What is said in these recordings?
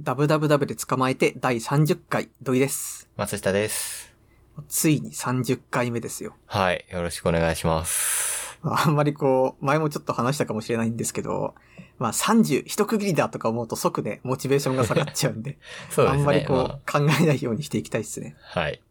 ダブダブダブで捕まえて第30回、土井です。松下です。ついに30回目ですよ。はい。よろしくお願いします。まああんまりこう、前もちょっと話したかもしれないんですけど、まあ30、一区切りだとか思うと即ね、モチベーションが下がっちゃうんで、 そうですあね。んまりこう、ま考えないようにしていきたいですね。あはい。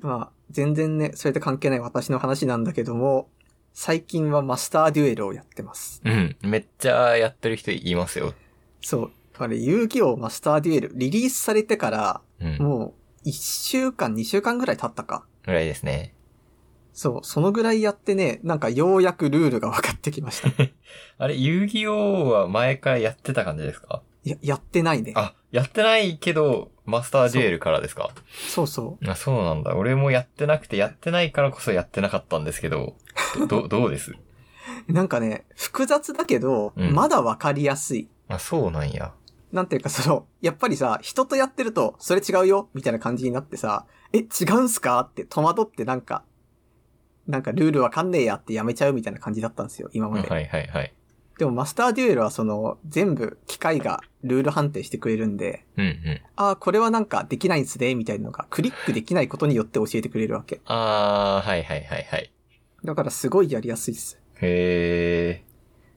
まあ、全然ね、それと関係ない私の話なんだけども、最近はマスターデュエルをやってます。うん。めっちゃやってる人いますよ。そう。あれ、遊戯王マスターデュエル、リリースされてから、うん。もう、1週間、2週間ぐらい経ったか。ぐらいですね。そう、そのぐらいやってね、なんかようやくルールが分かってきま した。いあれ、遊戯王は前からやってた感じですかや、やってないね。あ、やってないけど、マスターデュエルからですかそうそう。あそうなんだ。俺もやってなくて、やってないからこそやってなかったんですけど、ど、どどう ですなんかね、複雑だけど、うんまだ分かりやすい。あ、そうなんや。なんていうかその、やっぱりさ、人とやってると、それ違うよ、みたいな感じになってさ、え、違うんすかって戸惑ってなんか、なんかルールわかんねえやってやめちゃうみたいな感じだったんですよ、今まはいで。はいはい。でもマスターデュエルはその、全部機械がルール判定してくれるんで、うんうん。ああ、これはなんかできないんすね、みたいなのが、クリックできないことによって教えてくれるわけ。あー、はいはいはいはい。だからすごいやりやすいです。へ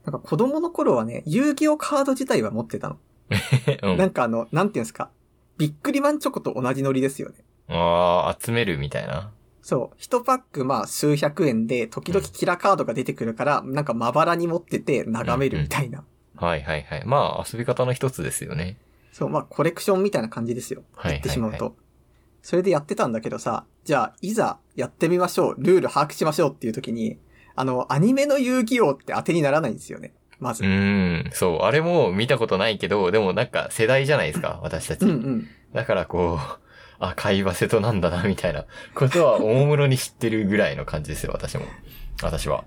なんか子供の頃はね、遊戯王カード自体は持ってたの。ー。 う。なんんかあの、なんていうんですか。ビックリマンチョコと同じノリですよね。あー、集めるみたいな。そう。一パックまあ数百円で、時々キラカードが出てくるから、なんかまばらに持ってて眺めるみたいな。はいはいはい。まあ、遊び方の一つですよね。そう、まあコレクションみたいな感じですよ。はいはいは言いってしまうと。それでやってたんだけどさ、じゃあ、いざやってみましょう、ルール把握しましょうっていう時に、あの、アニメの遊戯王って当てにならないんですよね。まうず。ーん。そう。あれも見たことないけど、でもなんか世代じゃないですか、私たち。うんうん。だからこう、あ、会話瀬戸なんだな、みたいなことはおもむろに知ってるぐらいの感じですよ、私も。私は。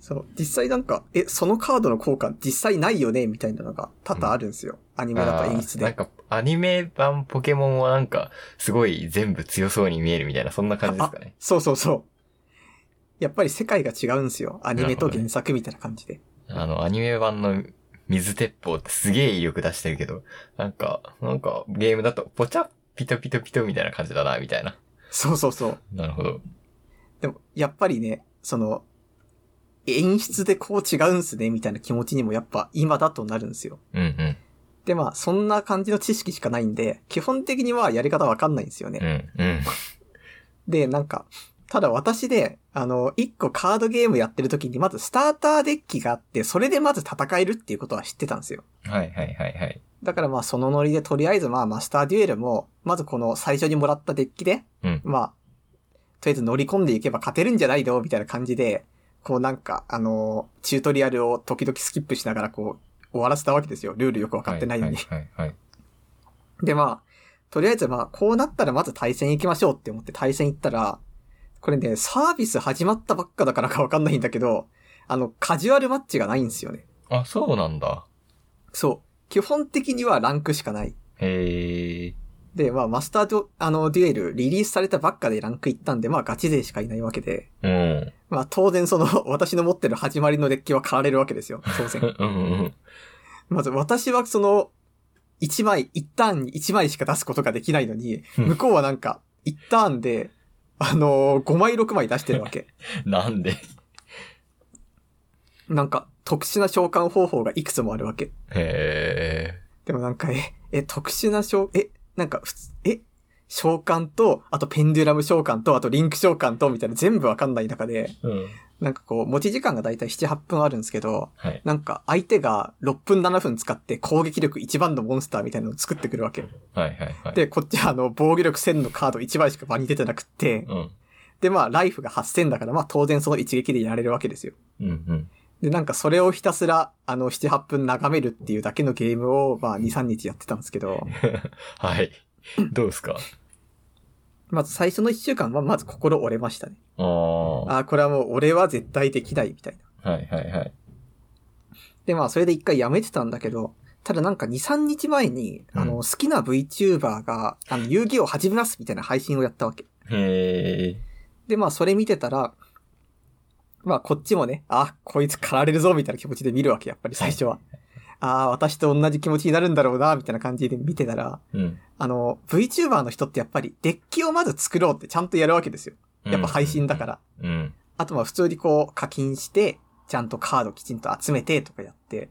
そう、実際なんか、え、そのカードの効果実際ないよねみたいなのが多々あるんですよ。アニメだと演出あーなんで。か、アニメ版ポケモンはなんか、すごい全部強そうに見えるみたいな、そんな感じですかね。そうそうそう。やっぱり世界が違うんですよ。アニメと原作みたいな感じで。あの、アニメ版の水鉄砲ってすげえ威力出してるけど、なんか、なんか、ゲームだと、ポチャッピトピトピトみたいな感じだな、みたいな。そうそうそう。なるほど。でも、やっぱりね、その、演出でこう違うんすね、みたいな気持ちにもやっぱ今だとなるんですよ。うんうん。で、まあ、そんな感じの知識しかないんで、基本的にはやり方わかんないんですよね。うんうん。で、なんか、ただ私で、あの、一個カードゲームやってる時に、まずスターターデッキがあって、それでまず戦えるっていうことは知ってたんですよ。はいはいはいはい。だからまあ、そのノリで、とりあえずまあ、マスターデュエルも、まずこの最初にもらったデッキで、うんまあ、とりあえず乗り込んでいけば勝てるんじゃないのみたいな感じで、こうなんか、あの、チュートリアルを時々スキップしながらこう、終わらせたわけですよ。ルールよくわかってないのに。はいはいはい。で、まあ、とりあえずまあ、こうなったらまず対戦行きましょうって思って対戦行ったら、これね、サービス始まったばっかだからかわかんないんだけど、あの、カジュアルマッチがないんですよね。あ、そうなんだ。そう。基本的にはランクしかない。へえ。で、まあ、マスタード、あの、デュエル、リリースされたばっかでランク行ったんで、まあ、ガチ勢しかいないわけで、うん。まあ、当然その、 私の持ってる始まりのデッキは買われるわけですよ。当然。うんうんまず私はその、1枚、1ターンに1枚しか出すことができないのに、うん向こうはなんか、1ターンで、あのー5枚6枚出してるわ け。うん。なんでなんか、特殊な召喚方法がいくつもあるわけ。へでもなんか、え、え、特殊な召、え、なんか、普通、え、召喚と、あとペンデュラム召喚と、あとリンク召喚と、みたいな全部わかんない中で、え。うん。なんかこう、持ち時間がだいたい7、8分あるんですけど、はい。なんか相手が6分7分使って攻撃力1番のモンスターみたいなのを作ってくるわけ。はいはいはい。、で、こっちはあの、防御力1000のカード1枚しか場に出てなくって、うん。で、まあ、ライフが8000だから、まあ、当然その一撃でやられるわけですよ。うんうん。で、なんかそれをひたすら、あの、7、8分眺めるっていうだけのゲームを、まあ、2、3日やってたんですけど、はい。どうですかまず最初の1週間は、まず心折れましたね。ああ。はああ、これはもう俺は絶対できないみたいな。いはいはい。で、まあ、それで一回やめてたんだけど、ただなんか2、3日前に、あの、う好きな VTuber が、あの、遊戯を始めますみたいな配信をやったわけ。へえ。で、まあ、それ見てたら、まあ、こっちもね、あ、こいつ狩られるぞみたいな気持ちで見るわけ、やっぱり最初は。ああ、私と同じ気持ちになるんだろうな、みたいな感じで見てたら、うん。あの、VTuber の人ってやっぱりデッキをまず作ろうってちゃんとやるわけですよ。やっぱ配信だから。うん。うん。あとまあ普通にこう課金して、ちゃんとカードきちんと集めてとかやって。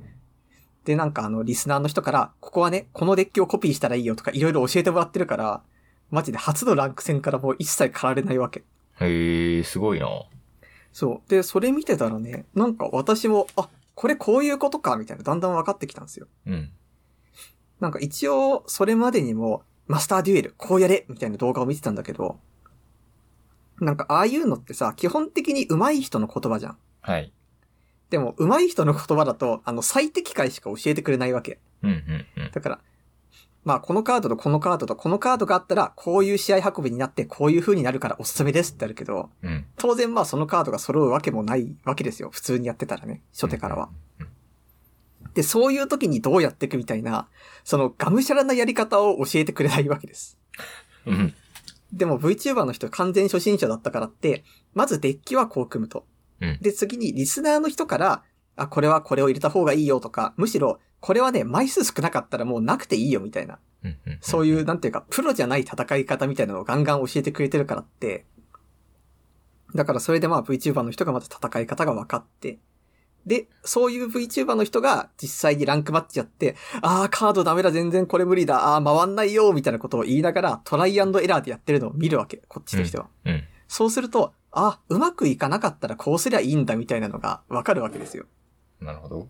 で、なんかあの、リスナーの人から、ここはね、このデッキをコピーしたらいいよとかいろいろ教えてもらってるから、マジで初のランク戦からもう一切駆られないわけ。へえ、すごいな。そう。で、それ見てたらね、なんか私も、あ、これこういうことか、みたいな、だんだん分かってきたんですよ。うん。なんか一応、それまでにも、マスターデュエル、こうやれみたいな動画を見てたんだけど、なんかああいうのってさ、基本的に上手い人の言葉じゃん。はい。でも、上手い人の言葉だと、あの、最適解しか教えてくれないわけ。うん、うん、うん。だから、まあ、このカードとこのカードとこのカードがあったら、こういう試合運びになって、こういう風になるからおすすめですってあるけど、うん。当然まあ、そのカードが揃うわけもないわけですよ。普通にやってたらね、初手からは。で、そういう時にどうやっていくみたいな、その、がむしゃらなやり方を教えてくれないわけです。うん。でも VTuber の人完全初心者だったからって、まずデッキはこう組むと。うんで、次にリスナーの人から、あ、これはこれを入れた方がいいよとか、むしろ、これはね、枚数少なかったらもうなくていいよみたいな。うんうん。そういう、なんていうか、プロじゃない戦い方みたいなのをガンガン教えてくれてるからって。だからそれでまあ VTuber の人がまず戦い方が分かって。で、そういう VTuber の人が実際にランクマッチやって、あーカードダメだ、全然これ無理だ、あー回んないよ、みたいなことを言いながらトライアンドエラーでやってるのを見るわけ、こっちとしては。うん。そうすると、あーうまくいかなかったらこうすりゃいいんだ、みたいなのが分かるわけですよ。なるほど。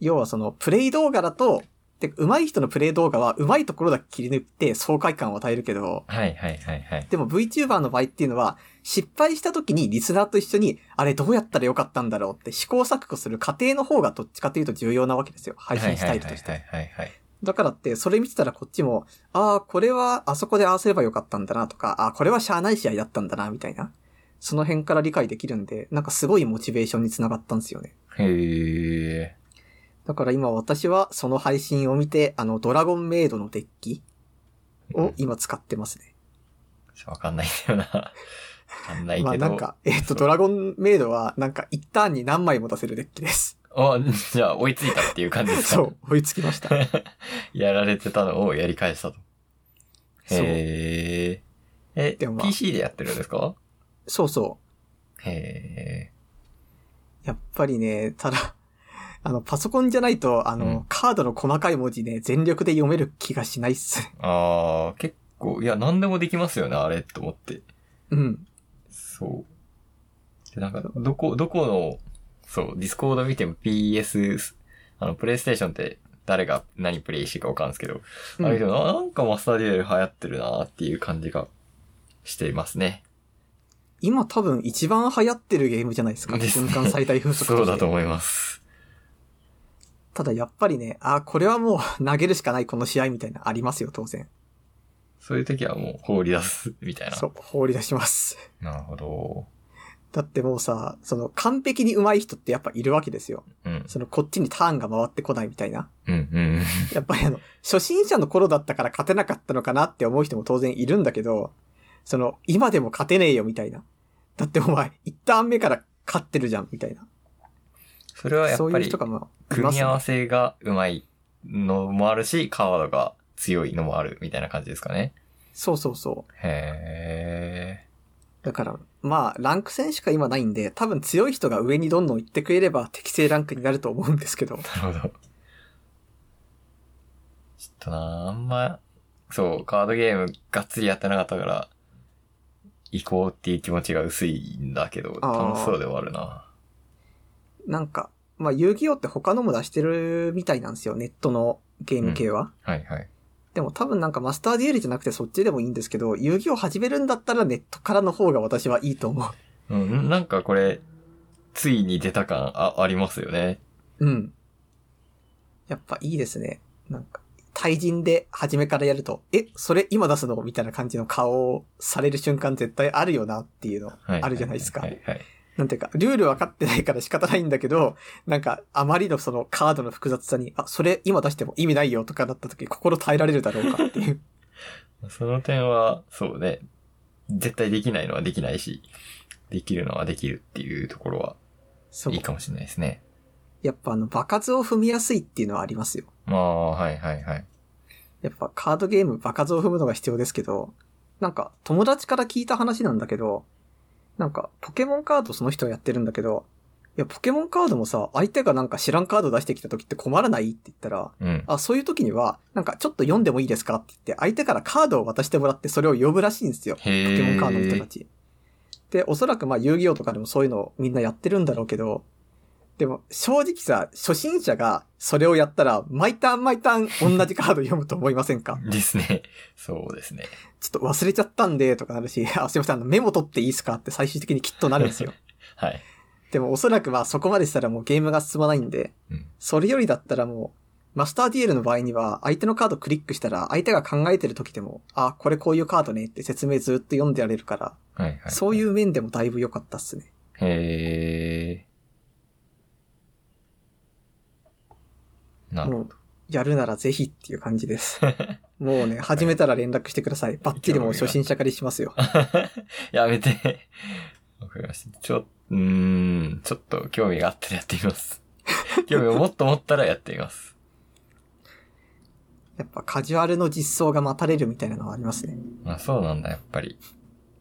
要はその、プレイ動画だと、てか上手い人のプレイ動画は上手いところだけ切り抜いて爽快感を与えるけど、はい、はい、はい、はい。でも VTuber の場合っていうのは、失敗した時にリスナーと一緒に、あれどうやったらよかったんだろうって試行錯誤する過程の方がどっちかというと重要なわけですよ。配信スタイルとして。はい、はい、はい。だからって、それ見てたらこっちも、ああ、これはあそこでああすればよかったんだなとか、ああ、これはしゃあない試合だったんだな、みたいな。その辺から理解できるんで、なんかすごいモチベーションにつながったんですよね。へえ。だから今私はその配信を見て、あの、ドラゴンメイドのデッキを今使ってますね。わかんないんだよな。わかんないけまど。あなんか、 えっと、そうドラゴンメイドはなんか一ターンに何枚も出せるデッキ です。あ、じゃあ追いついたっていう感じですかそう、追いつきました。 やられてたのをやり返したと。そうへえ。え、でもまあ PC でやってるんですかそうそへう。やっぱりね、ただ、 あの、パソコンじゃないと、あの、うんカードの細かい文字ね、全力で読める気がしないっす。え。ああ、結構、いや、何でもできますよね、あれと思って。うん。そう。で、なんか、どこ、どこの、そう、ディスコード見ても PS、あの、プレイステーションって誰が何プレイしてるかわかるんないですけど、あれでうんもななんかマスターデュエル流行ってるなーっていう感じがしていますね。今多分一番流行ってるゲームじゃないですか。ですね瞬間最大風速としてそうだと思います。ただやっぱりね、あーこれはもう投げるしかないこの試合みたいなのありますよ、当然。そういう時はもう放り出す、みたいな。そう、放り出します。 なるほど。だってもうさ、その完璧に上手い人ってやっぱいるわけですよ。うん。そのこっちにターンが回ってこないみたいな。うん、うん。 やっぱりあの、初心者の頃だったから勝てなかったのかなって思う人も当然いるんだけど、その、今でも勝てねえよみたいな。だってお前、一旦目から勝ってるじゃんみたいな。それはやそっうぱいうり人、がまあ、い組ますみね合わせがうまいのもあるし、カードが強いのもあるみたいな感じですかね。そうそうそう。へだから、まあ、ランク戦しか今ないんで、多分強い人が上にどんどん行ってくれれば適正ランクになると思うんですけど。ー。なるほど。ちょっとなあんま、そう、カードゲームがっつりやってなかったから、行こうっていう気持ちが薄いんだけど、あー楽しそうではあるな。なんか、まあ、遊戯王って他のも出してるみたいなんですよ、ネットのゲーム系は。はいはい。でも多分なんかマスターデュエルじゃなくてそっちでもいいんですけど、遊戯王始めるんだったらネットからの方が私はいいと思うん、なんかこれ、ついに出た感あありますよね。う。うん。やっぱいいですね。なんか、対人で初めからやると、え、それ今出すのみたいな感じの顔をされる瞬間絶対あるよなっていうの、はあるじゃないですか。はいはい。なんていうか、ルール分かってないから仕方ないんだけど、なんか、あまりのそのカードの複雑さに、あ、それ今出しても意味ないよとかだった時、心耐えられるだろうかって いう。その点は、そうね、絶対できないのはできないし、できるのはできるっていうところはそういい。かもしれないですね。やっぱあの、場数を踏みやすいっていうのはありますよ。まあ、はいはいはい。やっぱカードゲーム場数を踏むのが必要ですけど、なんか友達から聞いた話なんだけど、なんかポケモンカードその人はやってるんだけど、いや、ポケモンカードもさ、相手がなんか知らんカード出してきた時って困らないって言ったら、うん。あ、そういう時には、なんかちょっと読んでもいいですかって言って、相手からカードを渡してもらってそれを呼ぶらしいんですよ。へポえ。ケモンカードの人たち。で、おそらくまあ遊戯王とかでもそういうのをみんなやってるんだろうけど、でも正直さ、初心者がそれをやったら、毎ターン毎ターン同じカード読むと思いませんかですね。 そうですね。ちょっと忘れちゃったんで、とかなるし、あ、すいません、あのメモ取っていいですかって最終的にきっとなるんですよ。はい。でもおそらくまあそこまでしたらもうゲームが進まないんで、うんそれよりだったらもう、マスターデュエルの場合には、相手のカードクリックしたら、相手が考えてる時でも、あ、これこういうカードねって説明ずっと読んでられるから、はいはい。。そういうう面でもだいぶ良かったっすね。へえ。なるほもど。う、やるならぜひっていう感じです。もうね、始めたら連絡してください。バッチリもう初心者からし ますよ。 やめて。わかりました。ちょ、うーん、ちょっと興味があったらやって みます。興味をもっと持ったらやってみます。やっぱカジュアルの実装が待たれるみたいなのはありますね。まあそうなんだ、やっぱり。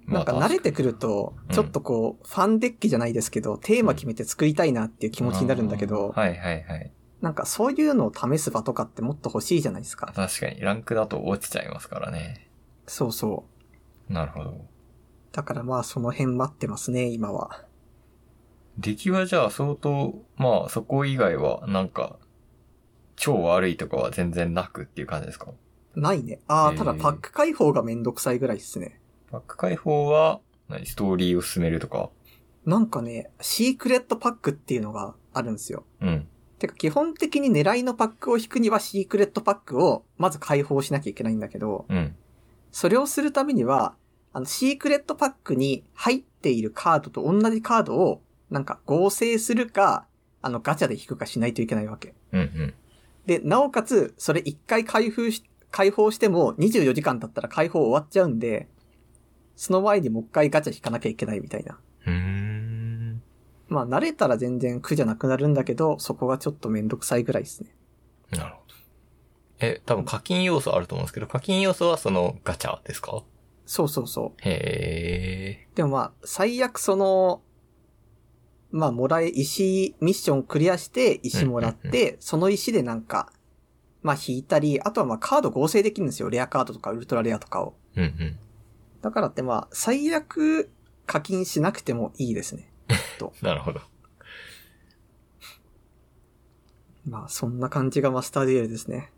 まなんあか慣れてくると、ちょっとこう、ファンデッキじゃないですけど、テーマ決めて作りたいなっていう気持ちになるんだけどあ、ーはいはいはい。なんかそういうのを試す場とかってもっと欲しいじゃないですか。確かに、ランクだと落ちちゃいますからね。そうそう。なるほど。だからまあその辺待ってますね、今は。出来はじゃあ相当、まあそこ以外は、なんか、超悪いとかは全然なくっていう感じですかないね。ああ、へーただパック開放がめんどくさいぐらいですね。バック解放は、何ストーリーを進めるとかなんかね、シークレットパックっていうのがあるんですよ。うん。てか基本的に狙いのパックを引くにはシークレットパックをまず開放しなきゃいけないんだけど、うん。それをするためには、あの、シークレットパックに入っているカードと同じカードを、なんか合成するか、あの、ガチャで引くかしないといけないわけ。うんうん。で、なおかつ、それ一回開封し、開放しても24時間経ったら開放終わっちゃうんで、その前にもう一回ガチャ引かなきゃいけないみたいな。うーん。まあ、慣れたら全然苦じゃなくなるんだけど、そこがちょっとめんどくさいぐらいですね。なるほど。え、多分課金要素あると思うんですけど、課金要素はそのガチャですかそうそうそう。へでもまあ、最悪その、まあ、もらえ、石、ミッションクリアして、石もらっうんて、その石でなんか、まあ、引いたり、あとはまあ、カード合成できるんですよ。レアカードとか、ウルトラレアとかを。ー。うんうん。だからってまあ、最悪課金しなくてもいいですね。なるほど。まあ、そんな感じがマスターデュエルですね。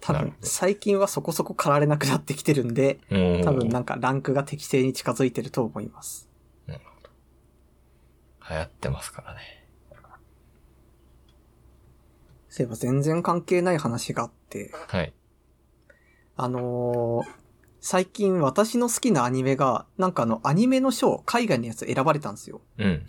多なる分ほ、ど最近はそこそこ駆られなくなってきてるんで、多多分なんかランクが適正に近づいてると思います。流行ってますからね。そういえば全然関係ない話があって、はい。あのー最近私の好きなアニメが、なんかあのアニメの賞、海外のやつ選ばれたんですよ。うん。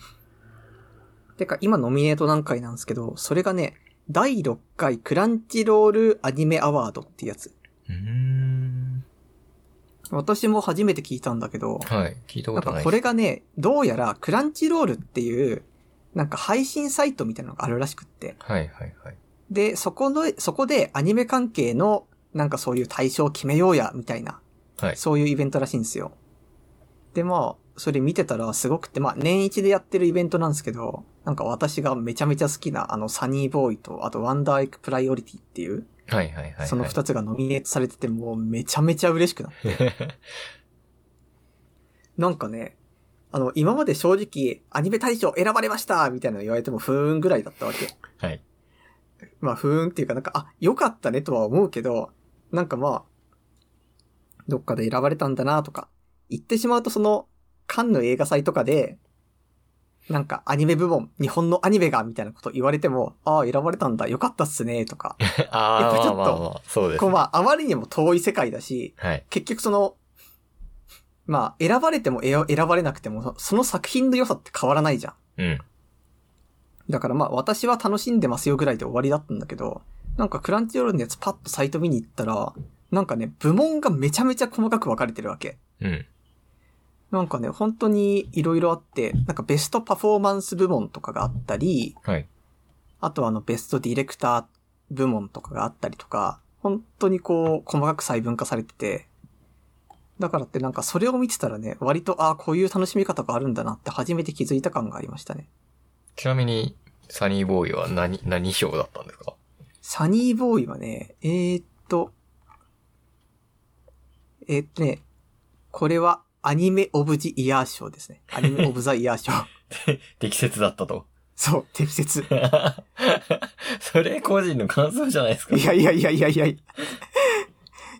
てか今ノミネート段階なんですけど、それがね、第6回クランチロールアニメアワードってやつ。うーん。私も初めて聞いたんだけど、はい。聞いたなんことかないこれがね、どうやらクランチロールっていう、なんか配信サイトみたいなのがあるらしくって。はいはいはい。で、そこの、そこでアニメ関係の、なんかそういう対象を決めようや、みたいな、はい。そういうイベントらしいんですよ。で、まあ、それ見てたらすごくて、まあ、年一でやってるイベントなんですけど、なんか私がめちゃめちゃ好きな、あの、サニーボーイと、あと、ワンダーエッグプライオリティっていう、はいはいはい、はい。その 二つがノミネートされてて、もうめちゃめちゃ嬉しくなってなんかね、あの、今まで正直、アニメ大賞選ばれましたみたいなの言われても、ふーんぐらいだったわけ。はい。まあ、ふーんっていうかなんか、あ、良かったねとは思うけど、なんかまあ、どっかで選ばれたんだなとか、言ってしまうとその、カンヌ映画祭とかで、なんかアニメ部門、日本のアニメが、みたいなこと言われても、ああ、選ばれたんだ、良かったっすね、とか。や あっぱあ、ちまょあっとまあまあ、そうですこうね。まあ、あまりにも遠い世界だし、はい。結局その、まあ、選ばれてもえよ選ばれなくても、そその作品の良さって変わらないじゃん。うん。だからまあ、私は楽しんでますよぐらいで終わりだったんだけど、なんかクランチロールのやつパッとサイト見に行ったら、なんかね、部門がめちゃめちゃ細かく分かれてるわけ。うん。なんかね、本当に色々あって、なんかベストパフォーマンス部門とかがあったり、はい。あとはあのベストディレクター部門とかがあったりとか、本当にこう、細かく細分化されてて、だからってなんかそれを見てたらね、割と、ああ、こういう楽しみ方があるんだなって初めて気づいた感がありましたね。ちなみに、サニーボーイは何、何賞だったんですかサニーボーイはね、えー、っと、えー、っとね、これはアニメオブジイヤー賞ですね。アニメオブザイヤー賞。 適切だったと。 そう、適切。それ個人の感想じゃないですか。いやいやいやいやいや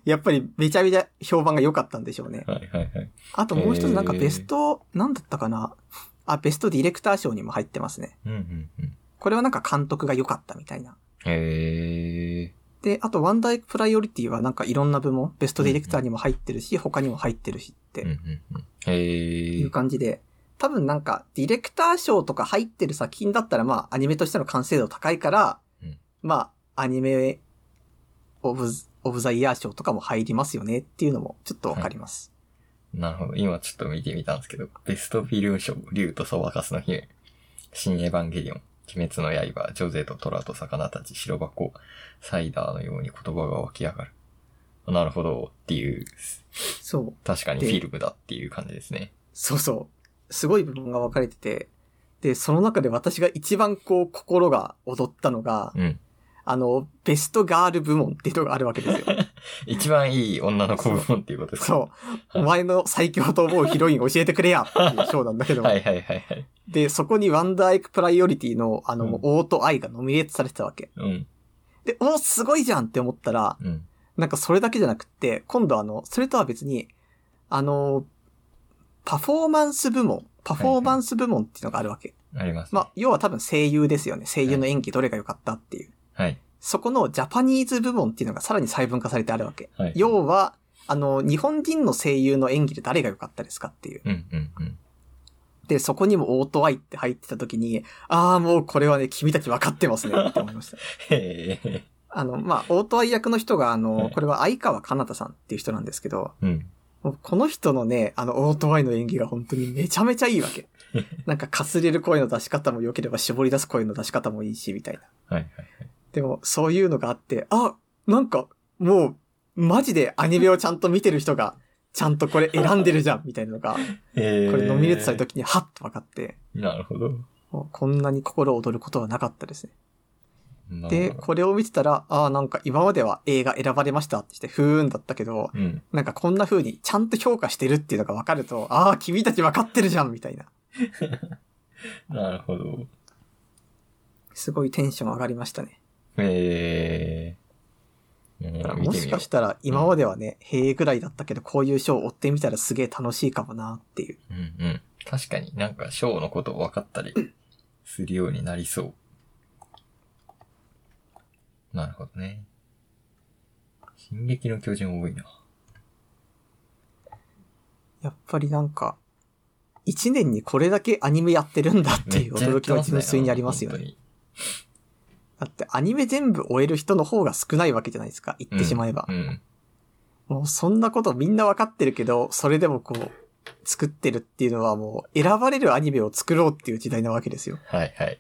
やっぱりめちゃめちゃ評判が良かったんでしょうね。はいはいはい。あともう一つなんかへーベスト、なんだったかなあ、ベストディレクター賞にも入ってますね。うんうんうん。これはなんか監督が良かったみたいな。へえ。で、あとワンダイプライオリティはなんかいろんな部門、ベストディレクターにも入ってるし、他にも入ってるしっうんうてんうん。へいえう。感じで、多分なんかディレクター賞とか入ってる作品だったらまあアニメとしての完成度高いからうん、まあアニメオブ、オブザイヤー賞とかも入りますよねっていうのもちょっとわかります。なるほど。今ちょっと見てみたんですけど、ベストフィルム賞、竜とそばかすの姫、新エヴァンゲリオン、鬼滅の刃、ジョゼと虎と魚たち、白箱、サイダーのように言葉が湧き上がる。なるほど、っていう、そう。確かにでフィルムだっていう感じですね。そうそう。すごい部分が分かれてて、で、その中で私が一番こう心が躍ったのが、うん。あの、ベストガール部門っていうのがあるわけですよ。 一番いい女の子部門っていうことですかそう。お前の最強と思うヒロイン教えてくれやっていう賞なんだけど、はいはいはいはい。で、そこにワンダーエイクプライオリティのあの、うんオートアイがノミネートされてたわけ。うん。で、おーすごいじゃんって思ったら、うん。なんかそれだけじゃなくって、今度あの、それとは別に、あの、パフォーマンス部門、パフォーマンス部門っていうのがあるわけ。あります、ね。まあ、要は多分声優ですよね。声優の演技どれが良かったっていう。はい。そこのジャパニーズ部門っていうのがさらに細分化されてあるわけ。はい。要は、あの、日本人の声優の演技で誰が良かったですかっていう。うんうんうん。で、そこにもオートアイって入ってた時に、ああ、もうこれはね、君たち分かってますねって思いま した。へえ。あの、まあ、オートアイ役の人が、あはの、いこれは相川かなたさんっていう人なんですけど、うん。もうこの人のね、あの、オートアイの演技が本当にめちゃめちゃいいわ け。なんか、かすれる声の出し方も良ければ、絞り出す声の出し方もいいし、みたいな。はいはい。でも、そういうのがあって、あ、なんか、もう、マジでアニメをちゃんと見てる人が、ちゃんとこれ選んでるじゃん、みたいなのが、こ へえ。れノミネートされた時に、はっと分かって、なるほど。もうこんなに心躍ることはなかったですね。なるで、ほどこれを見てたら、ああ、なんか今までは映画選ばれましたってして、ふーんだったけど、うん。なんかこんな風にちゃんと評価してるっていうのが分かると、ああ、君たち分かってるじゃん、みたいな。なるほど。すごいテンション上がりましたね。へえ。うんだから見もてみしよかうし。たら今まではね、へえぐらいだったけど、こういう賞を追ってみたらすげえ楽しいかもなっていう。うんうん。確かになんかショーのこと分かったりするようになりそう。なるほどね。進撃の巨人多いな。やっぱりなんか、一年にこれだけアニメやってるんだっていう驚きは純粋にありますよね。ね。だってアニメ全部終える人の方が少ないわけじゃないですか、言ってしまえば。うん。もうそんなことみんなわかってるけど、それでもこう、作ってるっていうのはもう選ばれるアニメを作ろうっていう時代なわけですよ。はいはい。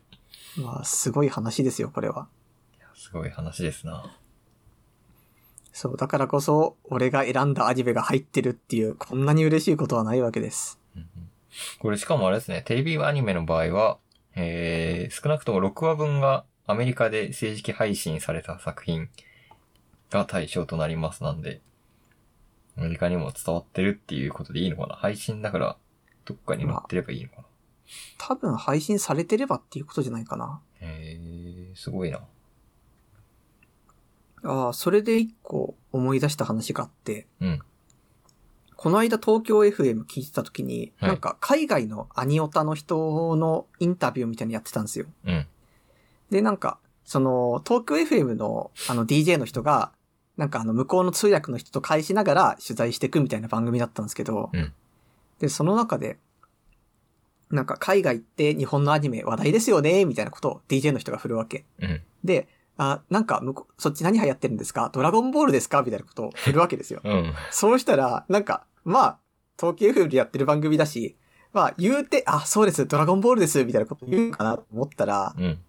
まあ、すごい話ですよ、これは。すごい話ですな。そう、だからこそ、俺が選んだアニメが入ってるっていう、こんなに嬉しいことはないわけです。うんうんこれしかもあれですね、テレビアニメの場合は、えー、少なくとも6話分がアメリカで正式配信された作品が対象となりますなんで、アメリカにも伝わってるっていうことでいいのかな配信だから、どっかに載ってればいいのかな、多分配信されてればっていうことじゃないかな。えー、すごいな。ああ、それで一個思い出した話があって、うんこの間東京 FM 聞いてた時に、はいなんか海外のアニオタの人のインタビューみたいにやってたんですよ。うん。で、なんか、その、東京 FM の、あの、DJ の人が、なんかあの、向こうの通訳の人と返しながら取材していくみたいな番組だったんですけど、うんで、その中で、なんか海外って日本のアニメ話題ですよね、みたいなことを DJ の人が振るわけ。うん。で、あ、なんか向こう、そっち何流行ってるんですかドラゴンボールですかみたいなことを振るわけ ですよ。うん。そうしたら、なんか、まあ、東京 FM でやってる番組だし、まあ、言うて、あ、そうです、ドラゴンボールです、みたいなこと言うかなと思ったら、うん。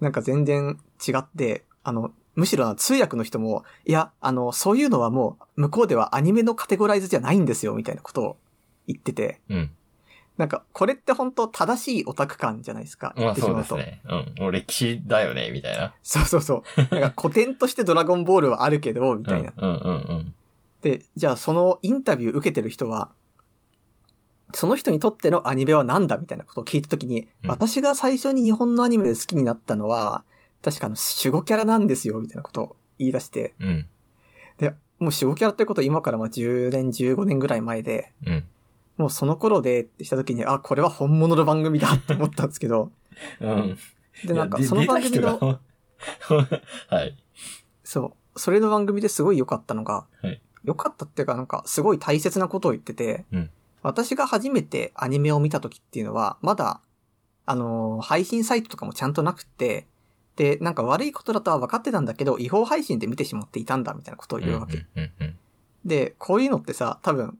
なんか全然違って、あの、むしろあの通訳の人も、いや、あの、そういうのはもう、向こうではアニメのカテゴライズじゃないんですよ、みたいなことを言ってて、うん。なんか、これって本当正しいオタク感じゃないですか。まあ言ってしそうまでうすと。ね。うん。もう歴史だよね、みたいな。そうそうそう。なんか古典としてドラゴンボールはあるけど、みうんたういんな。うんで、じゃあそのインタビュー受けてる人は、その人にとってのアニメは何だみたいなことを聞いたときに、うん私が最初に日本のアニメで好きになったのは、確かあの守護キャラなんですよ、みたいなことを言い出して、うん。うん。で、もう守護キャラってことは今からまあ10年、15年ぐらい前で、うん。もうその頃でってしたときに、あ、これは本物の番組だって思ったんですけ ど、うん。で、なんかいやその番組。出たの、人が はい。そう、それの番組ですごい良かったのが、はい良かったっていうかなんかすごい大切なことを言ってて、うん私が初めてアニメを見た時っていうのは、まだ、あのー配信サイトとかもちゃんとなくて、で、なんか悪いことだとは分かってたんだけど、違法配信で見てしまっていたんだみたいなことをうん言うわけ。うんうんで、こういうのってさ、多分、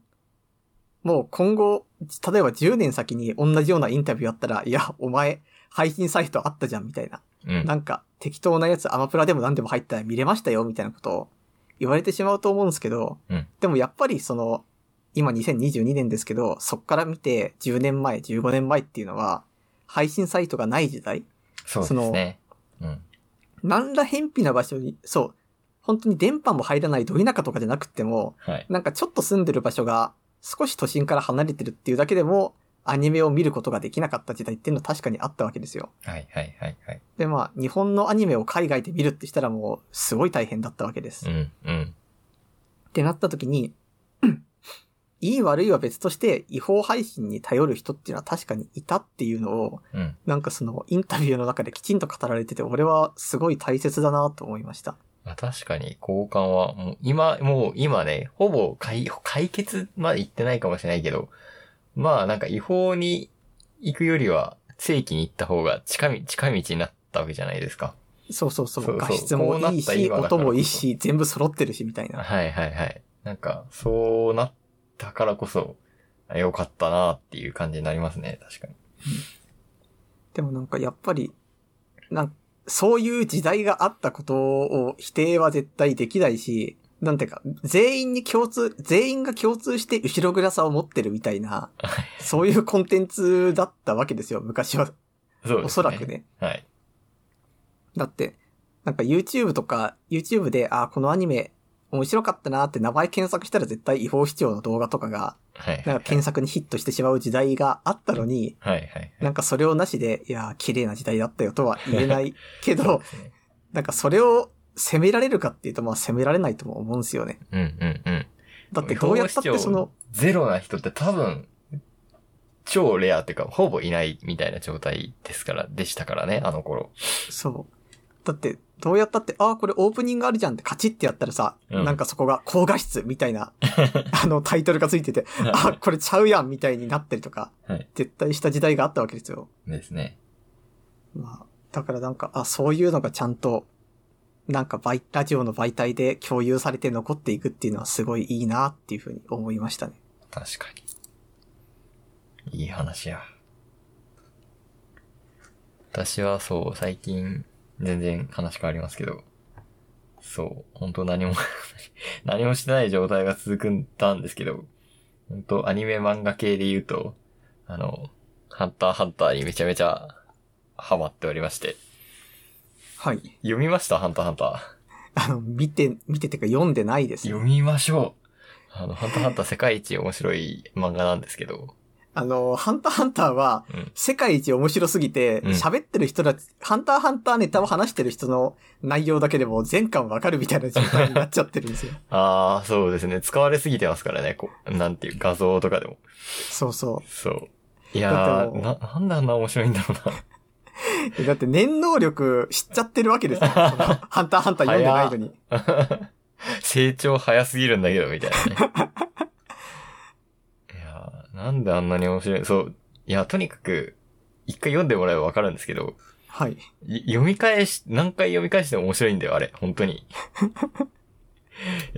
もう今後、例えば10年先に同じようなインタビューあったら、いや、お前、配信サイトあったじゃんみたいな。うんうん。なんか適当なやつアマプラでも何でも入ったら見れましたよみたいなことを言われてしまうと思うんですけど、うんでもやっぱりその、今2022年ですけど、そっから見て10年前、15年前っていうのは、配信サイトがない時代、そうですね。うん。何ら偏僻な場所に、そう、本当に電波も入らないど田舎とかじゃなくっても、はい。なんかちょっと住んでる場所が少し都心から離れてるっていうだけでも、アニメを見ることができなかった時代っていうのは確かにあったわけですよ。はいはいはいはい。で、まあ、日本のアニメを海外で見るってしたらもう、すごい大変だったわけです。うっんうん。てなった時に、いい悪いは別として、違法配信に頼る人っていうのは確かにいたっていうのを、うん。なんかその、インタビューの中できちんと語られてて、俺はすごい大切だなと思いました。まあ確かに、交換は、もう今、もう今ね、ほぼ解解決まで行ってないかもしれないけど、まあなんか違法に行くよりは、正規に行った方が近み近道になったわけじゃないですか。そうそうそう。そうそう画質もいいこうなったし、今だからこそ音もいいし、全部揃ってるし、みたいな。はいはいはい。なんか、そうなったからこそ、あ良かったなっていう感じになりますね、確かに。でもなんかやっぱり、なんそういう時代があったことを否定は絶対できないし、なんていうか、全員に共通、全員が共通して後ろ暗さを持ってるみたいな、そういうコンテンツだったわけですよ、昔は。そうですね。おそらく。ね。はい。だって、なんか YouTube とか、YouTube で、あー、このアニメ面白かったなーって名前検索したら絶対違法視聴の動画とかが、はいはいはい。なんか検索にヒットしてしまう時代があったのに、はいはいはい。なんかそれをなしで、いやー、綺麗な時代だったよとは言えないけ そうどで、すねなんかそれを責められるかっていうと、まあ責められないとも思うんですよね。うんうんうん。だってどうやったっ違法て視そ聴の、ゼロな人って多分、超レアっていうか、ほぼいないみたいな状態ですから、でしたからね、あの頃。そう。だってどうやったって、ああ、これオープニングあるじゃんってカチってやったらさ、うんなんかそこが高画質みたい な、あのタイトルがついてて、あこれちゃうやんみたいになったりとか、はい絶対した時代があったわけですよ。ですね。まあ、だからなんか、あ、そういうのがちゃんと、なんかバイ、ラジオの媒体で共有されて残っていくっていうのはすごいいいなっていうふうに思いましたね。確かに。いい話や。私はそう、最近、全然話変わりますけど、そう、本当何も、 何もしてない状態が続くんだんですけど、本当アニメ漫画系で言うと、あの、ハンターハンターにめちゃめちゃハマっておりまして、はい。読みましたハンターハンター。あの、見て、見ててか読んでないですね。読みましょう。あの、ハンターハンター世界一面白い漫画なんですけど、あの、ハンターハンターはうん、世界一面白すぎて、うん喋、ってる人たち、ハンターハンターネタを話してる人の内容だけでも全巻わかるみたいな状態になっちゃってるんですよ。ああ、そうですね。使われすぎてますからね。こう、なんていう、画像とかでも。そうそそう。いやだってー、もな、なんであんな面白いんだろうう。えだって念能力知っちゃってるわけですよ。そのハンターハンター読んでないのに。な。 成長早すぎるんだけど、みたい なね。いやー、なんであんなに面白い、そう。いや、とにかく、一回読んでもらえばわかるんですけど、はい。い読み返し、何回読み返しても面白いんだよ、あれ。本当に。い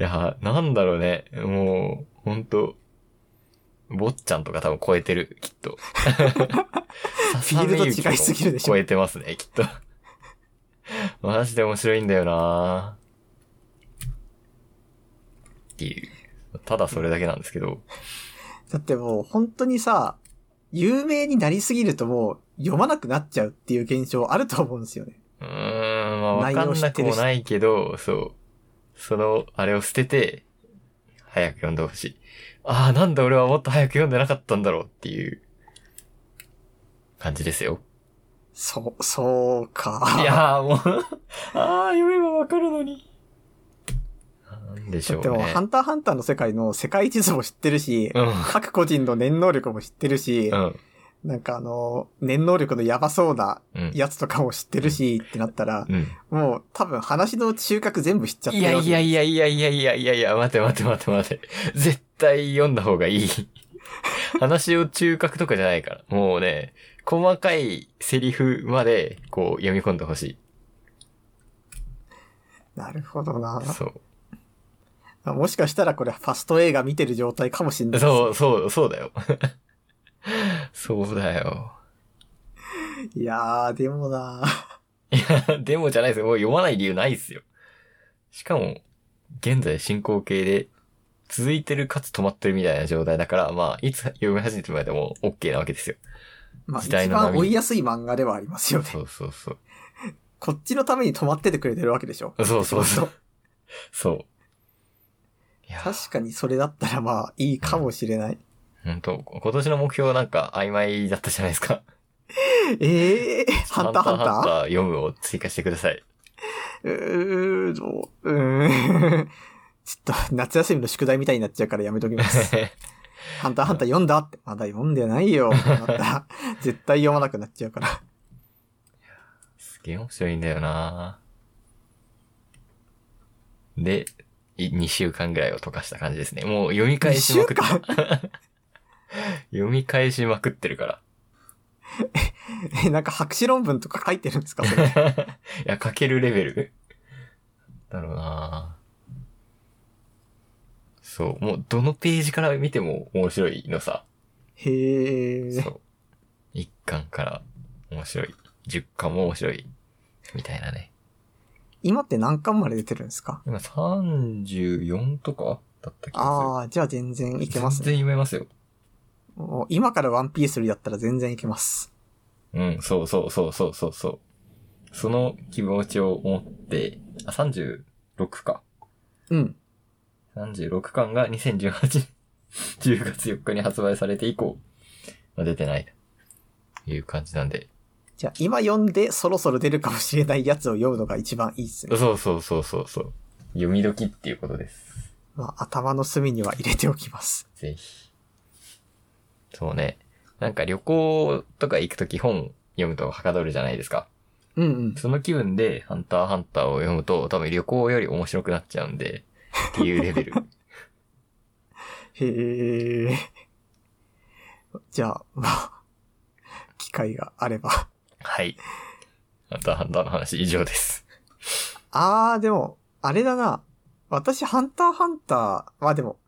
やー、なんだろうね。もう、本当坊っちゃんとか多分超えてる、き っと。フィールド違いすぎるでしょ超えてますね、きっと。マジで面白いんだよなっていう。ただそれだけなんですけど。だってもう本当にさ、有名になりすぎるともう読まなくなっちゃうっていう現象あると思うんですよね。うーん、まあわかんなくもないけど、そう。その、あれを捨てて、早く読んでほしい。ああ、なんで俺はもっと早く読んでなかったんだろうっていう、感じですよ。そ、そうか。いやーもう、 ああ、読めばわかるのに。なんでしだょっうてね。もうハンターハンターの世界の世界地図も知ってるし、各個人の念能力も知ってるしう、ん。うん。なんかあの、念能力のやばそうなうん。やつとかも知ってるし、ってなったら、うん。もう多分話の中核全部知っちゃっているやわけいやいやいやいやいやいやいや、待て待て待て待て。絶対読んだ方がいい。話を中核とかじゃないから。もうね、細かいセリフまで、こう、読み込んでほし。。なるほどないそう。もしかしたらこれファスト映画見てる状態かもしれない。そう、そう、そうだよ。 そうだよ。いやー、でもないや、でもじゃないですよ。もう読まない理由ないっすよ。しかも、現在進行形で、続いてるかつ止まってるみたいな状態だから、まあ、いつ読み始めてもらっても OK なわけですよ。まあ時一代の波番追いやすい漫画ではあります よね。そうそうそう。こっちのために止まっててくれてるわけでしょ。そうそうそう。そう。いや、確かにそれだったらまあいいかもしれない。本当今年の目標なんか曖昧だったじゃないですか。ええー、 ハンターハンターハター読むを追加してくださ い。うーん、どう、うーん。ちょっと夏休みの宿題みたいになっちゃうからやめとき ます。ハンターハンター読んだって。まだ読んでないよ。また、絶対読まなくなっちゃうから。すげえ面白いんだよなで、2週間ぐらいを溶かした感じですね。もう読み返しまくって一週る。 読み返しまくってるから。 え、なんか博士論文とか書いてるんですかそ れ。いや、かけるレベルだろうなそう。もう、どのページから見ても面白いのさ。へえ。そう。一巻から面白い。十巻も面白い。みたいなね。今って何巻まで出てるんですか今34とかだった気がああ、じゃあ全す然る。いけますね。全然読めますよ。もう今からワンピースよりだったら全然いけます。うん、そうそうそうそうそうそう。その気持ちを持って、あ、36か。うん。 36巻が2018年 10月4日に発売されて以降、まあ出てないという感じなんで。じゃあ今読んでそろそろ出るかもしれないやつを読むのが一番いいっすね。そうそうそうそうそう。読み時っていうことです。まあ頭の隅には入れておきます。ぜひ。そうね。なんか旅行とか行くとき本読むとはかどるじゃないですか。うんうん。その気分でハンターハンターを読むと多分旅行より面白くなっちゃうんで、っていうレ ベル。へえ。じゃあ、まあ、機会があれば。はい。ハンターハンターの話以上です。あー、でも、あれだな。私、ハンターハンター、まあでも、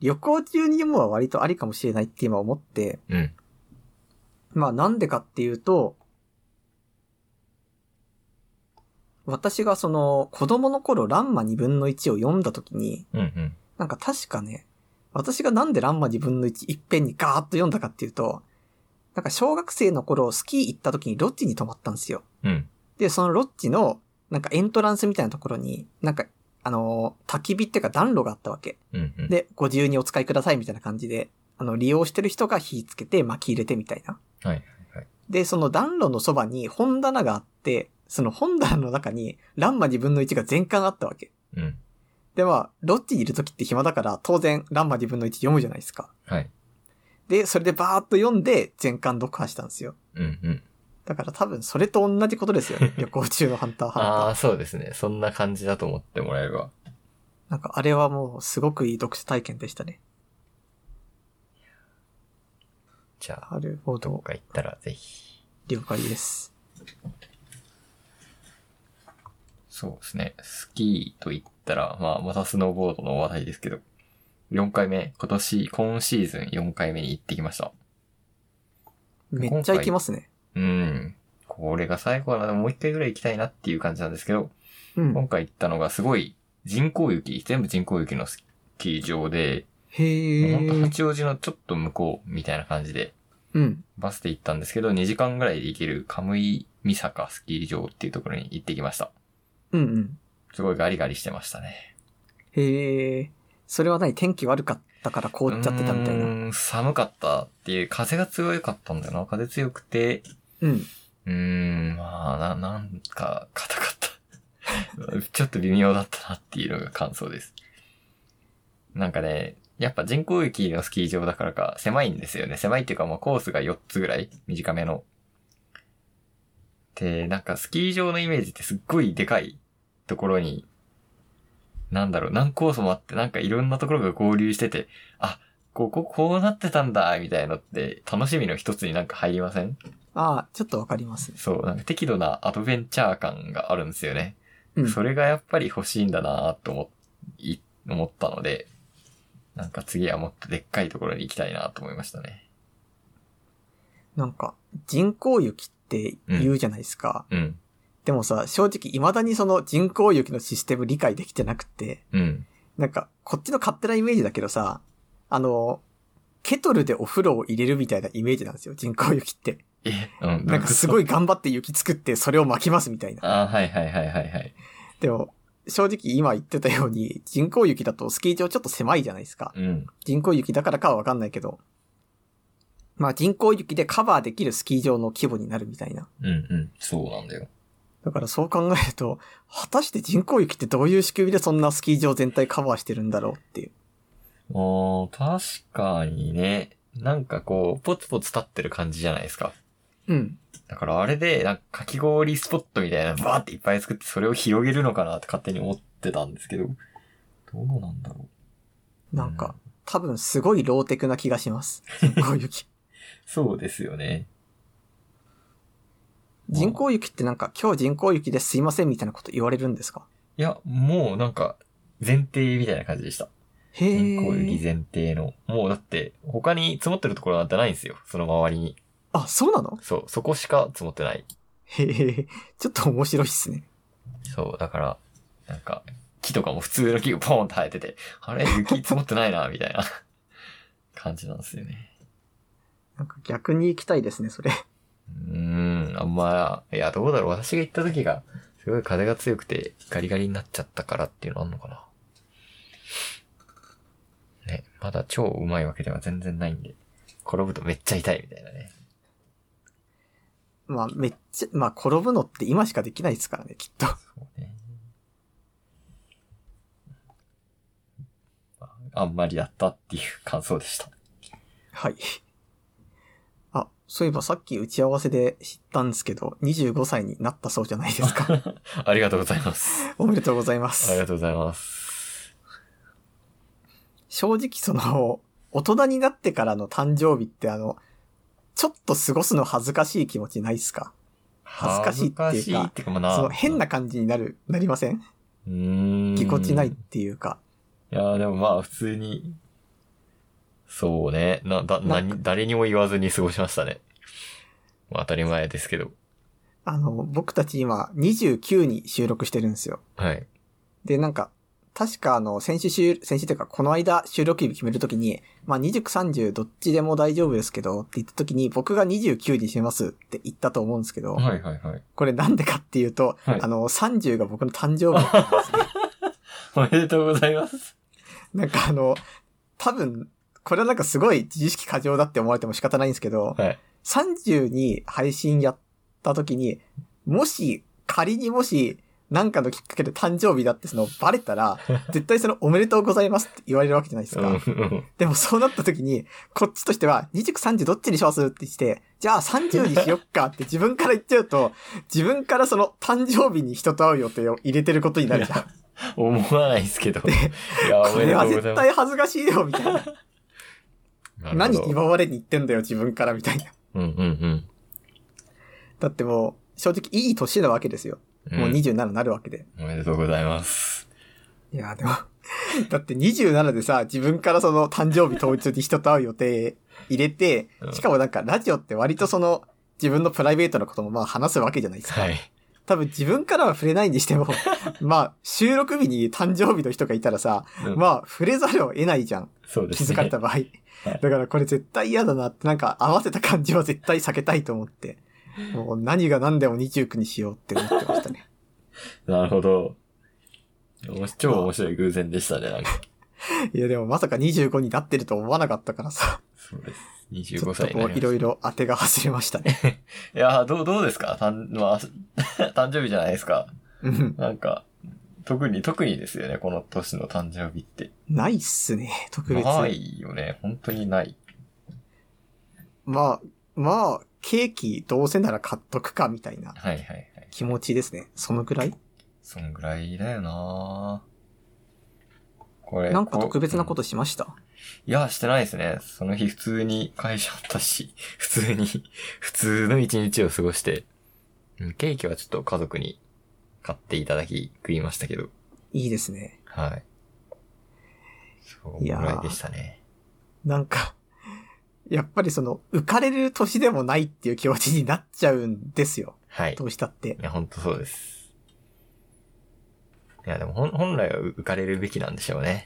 旅行中に読むは割とありかもしれないって今思って、うん。まあなんでかっていうと、私がその、子供の頃、ランマ2分の1を読んだ時に、うんうん。なんか確かね、私がなんでランマ2分の1いっぺんにガーッと読んだかっていうと、なんか小学生の頃スキー行った時にロッジに泊まったんですよ。うん。で、そのロッジの、なんかエントランスみたいなところに、なんか、あのー焚き火っていうか暖炉があったわけ。うんうん。で、ご自由にお使いくださいみたいな感じで、あの、利用してる人が火つけて巻き入れてみたいな。はい。で、その暖炉のそばに本棚があって、その本棚の中にランマ2分の1が全巻あったわけ。うん。で、まあ、ロッジにいる時って暇だから、当然、ランマ自分の1読むじゃないですか。はい。で、それでバーっと読んで、全巻読破したんですよ。うんうん。だから多分、それと同じこと ですよね。旅行中のハンターハンあター。あ、そうですね。そんな感じだと思ってもらえれば。なんか、あれはもう、すごくいい読書体験でしたね。じゃあ、なるほどっど。か行ったらぜひ。了解です。そうですね。スキーと言ったら、まあ、またスノーボードの話題ですけど、4回目、今年、今シーズン4回目に行ってきました。めっちゃ行きますね。うん。これが最後なのでもう一回ぐらい行きたいなっていう感じなんですけど、うん。今回行ったのがすごい人工雪、全部人工雪のスキー場で、へほんとー八王子のちょっと向こうみたいな感じで、うん。バスで行ったんですけど、2時間ぐらいで行けるカムイミサカスキー場っていうところに行ってきました。うんうん。すごいガリガリしてましたね。へえ。それは何天気悪かったから凍っちゃってたみたいうな。ーん寒かったっていう、風が強かったんだよな。風強くて、うん。うーん、まあ、な、なんか、硬かった。 ちょっと微妙だったなっていうのが感想です。なんかね、やっぱ人工雪のスキー場だからか、狭いんですよね。狭いっていうか、まあコースが4つぐらい、短めの。で、なんかスキー場のイメージってすっごいでかいところに、なんだろう、何コースもあって、なんかいろんなところが合流してて、あ、こここうなってたんだ、みたいなのって、楽しみの一つになんか入りませんああ、ちょっとわかります。そう、なんか適度なアドベンチャー感があるんですよね。うん。それがやっぱり欲しいんだなと思い思ったので、なんか次はもっとでっかいところに行きたいなと思いましたね。なんか、人工雪って言うじゃないですか。うん、でもさ、正直未だにその人工雪のシステム理解できてなくて、うん、なんか、こっちの勝手なイメージだけどさ、あの、ケトルでお風呂を入れるみたいなイメージなんですよ、人工雪って。え、うん、なんかすい。ごい頑張って雪作ってそれを巻きますみたいな。あーはいはいはいはいはい。でも、正直今言ってたように、人工雪だとスキー場ちょっと狭いじゃないですか。うん、人工雪だからかはわかんないけど。まあ人工雪でカバーできるスキー場の規模になるみたいな。うん、うん、そうなんだよ。だからそう考えると、果たして人工雪ってどういう仕組みでそんなスキー場全体カバーしてるんだろうっていう。あー確かにね、なんかこう、ポツポツ立ってる感じじゃないですか。うん。だからあれで、なんかかき氷スポットみたいなのバーっていっぱい作ってそれを広げるのかなって勝手に思ってたんですけど、どうなんだろう。なんか、う多分すごいローテクな気がします。 人工雪。そうですよね。人工雪ってなんか今日人工雪ですいませんみたいなこと言われるんですかいや、もうなんか、前提みたいな感じでした。へえ。人工雪前提の。もうだって、他に積もってるところなんてないんですよ。その周りに。あ、そうなのそう、そこしか積もってない。へえ、 ちょっと面白いっすね。そう、だから、なんか、木とかも普通の木がポーンと生えてて、あれ、雪積もってないな、みたいな感じなんですよね。なんか逆に行きたいですね、それ。 うーん、あんま、いや、どうだろう。私が行った時が、すごい風が強くて、ガリガリになっちゃったからっていうのあんのかな。ね、まだ超うまいわけでは全然ないんで、転ぶとめっちゃ痛いみたいなね。まあめっちゃ、まあ転ぶのって今しかできないですからね、きっと。 そうね。まああんまりだったっていう感想でした。はい。あ、そういえばさっき打ち合わせで知ったんですけど、25歳になったそうじゃないです か。ありがとうございま す。おめでとうございまありす。がとうございます。正直その、大人になってからの誕生日ってあの、ちょっと過ごすの恥ずかしい気持ちないっすか恥ずかしいっていうか恥ずかしいっていうか、まあな、その変な感じになる、なりませんうーん、ぎこちないっていうか。いやーでもまあ普通に、そうね。な、だ、なんか何、誰にも言わずに過ごしましたね。まあ当たり前ですけど。あの、僕たち今29に収録してるんですよ。はい。で、なんか、確かあの、先週収、先週というか、この間収録日決めるときに、まあ、20、30どっちでも大丈夫ですけど、って言ったときに、僕が29にしますって言ったと思うんですけど、はいはいはい。これなんでかっていうと、はいあの、30が僕の誕生日 なんですね。おめでとうございます。なんかあの、多分、これはなんかすごい自意識過剰だって思われても仕方ないんですけど、はい。 30に配信やったときに、もし、仮にもし、なんかのきっかけで誕生日だってそのバレた ら、絶対そのおめでとうございますって言われるわけじゃないですうか。んうんでもそうなった時に、こっちとしては、20、30どっちにしますってして、じゃあ30にしよっかって自分から言っちゃうと、自分からその誕生日に人と会う予定を入れてることになるじゃん。思わないです けど。いやこれはござ絶います対恥ずかしいよ、みたいな。なる何ほど今までに言ってんだよ、自分から、みたいな。うんうんだってもう、正直いい年なわけですよ。うん。もう27なるわけで。おめでとうございます。いや、でも、だって27でさ、自分からその誕生日当日に人と会う予定入れてう、んしかもなんかラジオって割とその、自分のプライベートなこともまあ話すわけじゃないですか。はい。多分自分からは触れないにして も、まあ収録日に誕生日の人がいたらさ、うんまあ触れざるを得ないじゃん。そうで気すね。づかれた場合。だからこれ絶対嫌だなって、なんか合わせた感じは絶対避けたいと思って、もう何が何でも29にしようって思ってました ね。なるほど。おもし超面白い偶然でしたね、なんか。いやでもまさか25になってると思わなかったからさ、そうです。ちょ25っと歳にこなうりまいしたろいろ当てが外れました ね。いやー、どう、どうですかたん、まあ、 誕生日じゃないですか。うん。なんか、特に、特にですよね、この年の誕生日って。ないっすね、特別。ないよね、本当にない。まあ、まあ、ケーキどうせなら買っとくかみたいなはいはいはい。気持ちですね。そのくらいそんぐらいだよなーこれ。なんかこう特別なこうんとしましたいや、してないですね。その日普通に会社あったし、 普通に、普通の一日を過ごして、うんケーキはちょっと家族に買っていただき、食いましたけど。いいですね。はい。そういぐやーらいでしたね。なんか、やっぱりその、浮かれる年でもないっていう気持ちになっちゃうんですよ。はい。どうしたってい。や、ほんとそうです。いや、でも、ほん、本来は浮かれるべきなんでしょうね。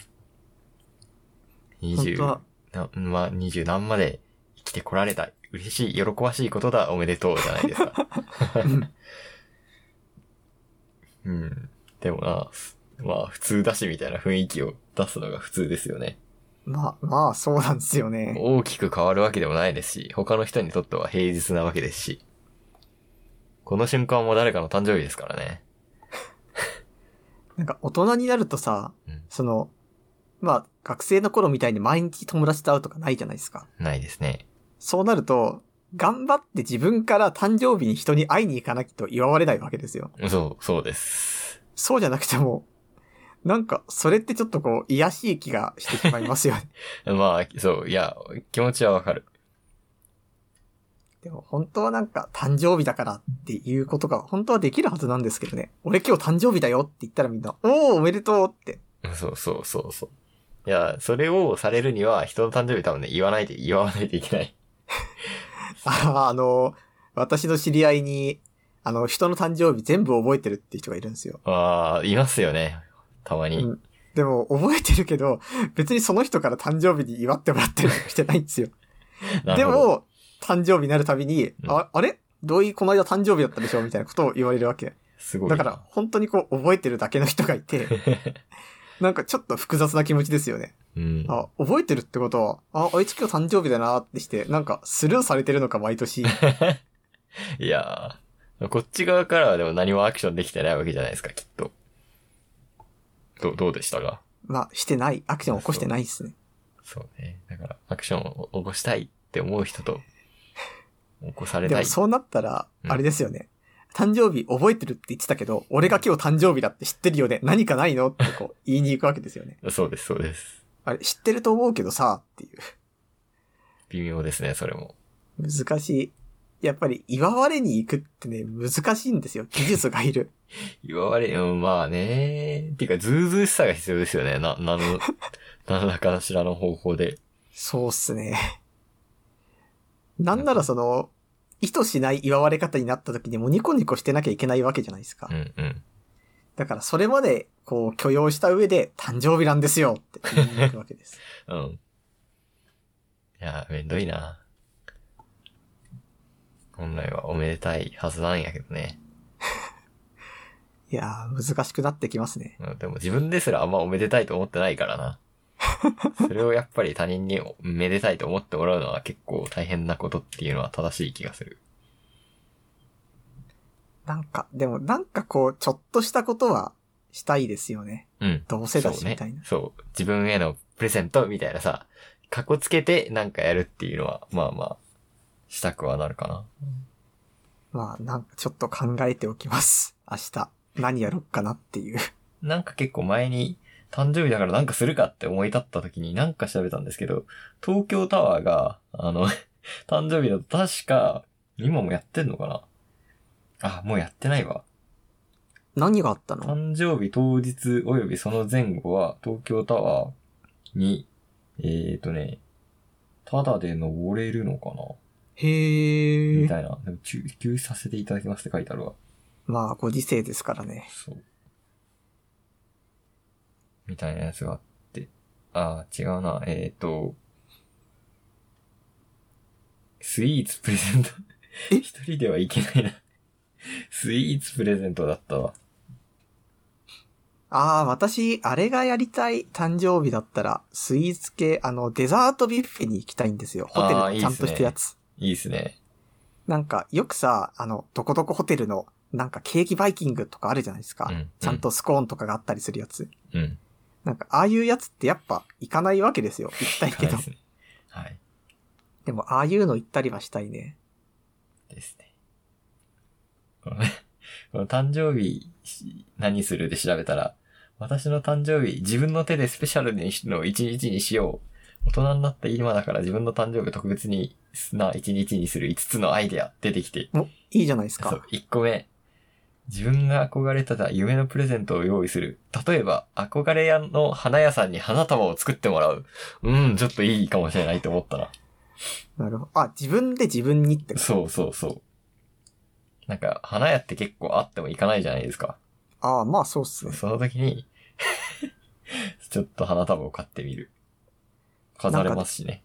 本当20は、、な、まあ、20何まで生きてこられた。嬉しい、喜ばしいことだ、おめでとう、じゃないですか。うんうん。でもな、まあ、普通だし、みたいな雰囲気を出すのが普通ですよね。まあ、まあ、そうなんですよね。大きく変わるわけでもないですし、他の人にとっては平日なわけですし。この瞬間も誰かの誕生日ですからね。なんか、大人になるとさうん、その、まあ、学生の頃みたいに毎日友達と会うとかないじゃないですか。ないですね。そうなると、頑張って自分から誕生日に人に会いに行かなきゃと祝われないわけですよ。そう、そうです。そうじゃなくても、なんか、それってちょっとこう、癒やしい気がしてしまいますよね。まあ、そう、いや、気持ちはわかる。 でも、本当はなんか、誕生日だからっていうことが、本当はできるはずなんですけどね。俺今日誕生日だよって言ったらみんな、おーおめでとうって。 そうそうそうそう。いや、それをされるには、人の誕生日多分ね、言わないで、言わないといけない。 あーあの、私の知り合いに、あの、人の誕生日全部覚えてるって人がいるんですよ。ああ、いますよね。たまに。うんでも、覚えてるけど、別にその人から誕生日に祝ってもらってるしてないんですよ。 なでるほど、も、誕生日になるたびに、うんああれどういうこの間誕生日だったでしょみたいなことを言われるわけ。すごいだな。から、本当にこう、覚えてるだけの人がい て、なんかちょっと複雑な気持ちですよね。うん。あ、覚えてるってことは、あ、あいつ今日誕生日だなってして、なんかスルーされてるのか、毎 年。いやーこっち側からはでも何もアクションできてないわけじゃないですか、きっと。ど、どうでしたかまあ、してない、アクション起こしてないですね。そうね。だから、アクションを起こしたいって思う人 と、起こされでたもい。そうなったら、うんあれですよね。誕生日覚えてるって言ってたけど、俺が今日誕生日だって知ってるよね。何かないのって こう、言いに行くわけですよね。そうです、そうです。あれ、知ってると思うけどさ、っていう。微妙ですね、それも。難しい。やっぱり祝われに行くってね、難しいんですよ。技術がいる。言われ、うん、まあね。ていうか、ずうずうしさが必要ですよね。な、 なんの、何らかしらの方法で。そうっすね。なんならその、意図しない祝われ方になった時にもうニコニコしてなきゃいけないわけじゃないですかう。んうん。だからそれまで、こう、許容した上で、誕生日なんですよって言いに行くわけです。うん。いや、めんどいな。本来はおめでたいはずなんやけどね。いやー、難しくなってきますね。うんでも自分ですらあんまおめでたいと思ってないからな。それをやっぱり他人におめでたいと思ってもらうのは結構大変なことっていうのは正しい気がする。なんか、でもなんかこう、ちょっとしたことはしたいですよね。うん。どうせだそし、うねみたいな。そう。自分へのプレゼントみたいなさ、かっこつけてなんかやるっていうのは、まあまあ、したくはなるかな。まあ、なんかちょっと考えておきます。明日、何やろっかなっていう。なんか結構前に、誕生日だからなんかするかって思い立った時になんか調べたんですけど、東京タワーが、あの、 誕生日だと確か、今もやってんのかなあ、もうやってないわ。何があったの誕生日当日及びその前後は東京タワーに、えーとね、ただで登れるのかなへみえ。たいな。でも、中休させていただきますって書いてあるわ。まあ、ご時世ですからね。そう。みたいなやつがあって。あー違うな。えっ、と、スイーツプレゼント。え 一人ではいけないな。スイーツプレゼントだったわ。ああ、私、あれがやりたい誕生日だったら、スイーツ系、あの、デザートビュッフェに行きたいんですよ。ホテルあーのちいいっすゃねんとしたやつ。いいですね。なんか、よくさ、あの、どこどこホテルの、なんかケーキバイキングとかあるじゃないですか。うんちゃんとスコーンとかがあったりするやつ。うん。なんか、ああいうやつってやっぱ行かないわけ ですよ。行きたいけどは。い。はい。でも、ああいうの行ったりはしたいね。ですね。 このね、この誕生日し何するで調べたら、私の誕生日、自分の手でスペシャルにしの一日にしよう。大人になった今だから自分の誕生日を特別にな一日にする5つのアイデア出てきて。お、いいじゃないですそうか。、 1個目。自分が憧れてた夢のプレゼントを用意する。例えば、憧れ屋の花屋さんに花束を作ってもらう。うん、ちょっといいかもしれないと思ったな。なるほど。あ、自分で自分にってこと。そうそうそう。なんか、花屋って結構あっても行かないじゃないですか。ああ、まあそうっすね。その時 に、ちょっと花束を買ってみる。飾れますしね。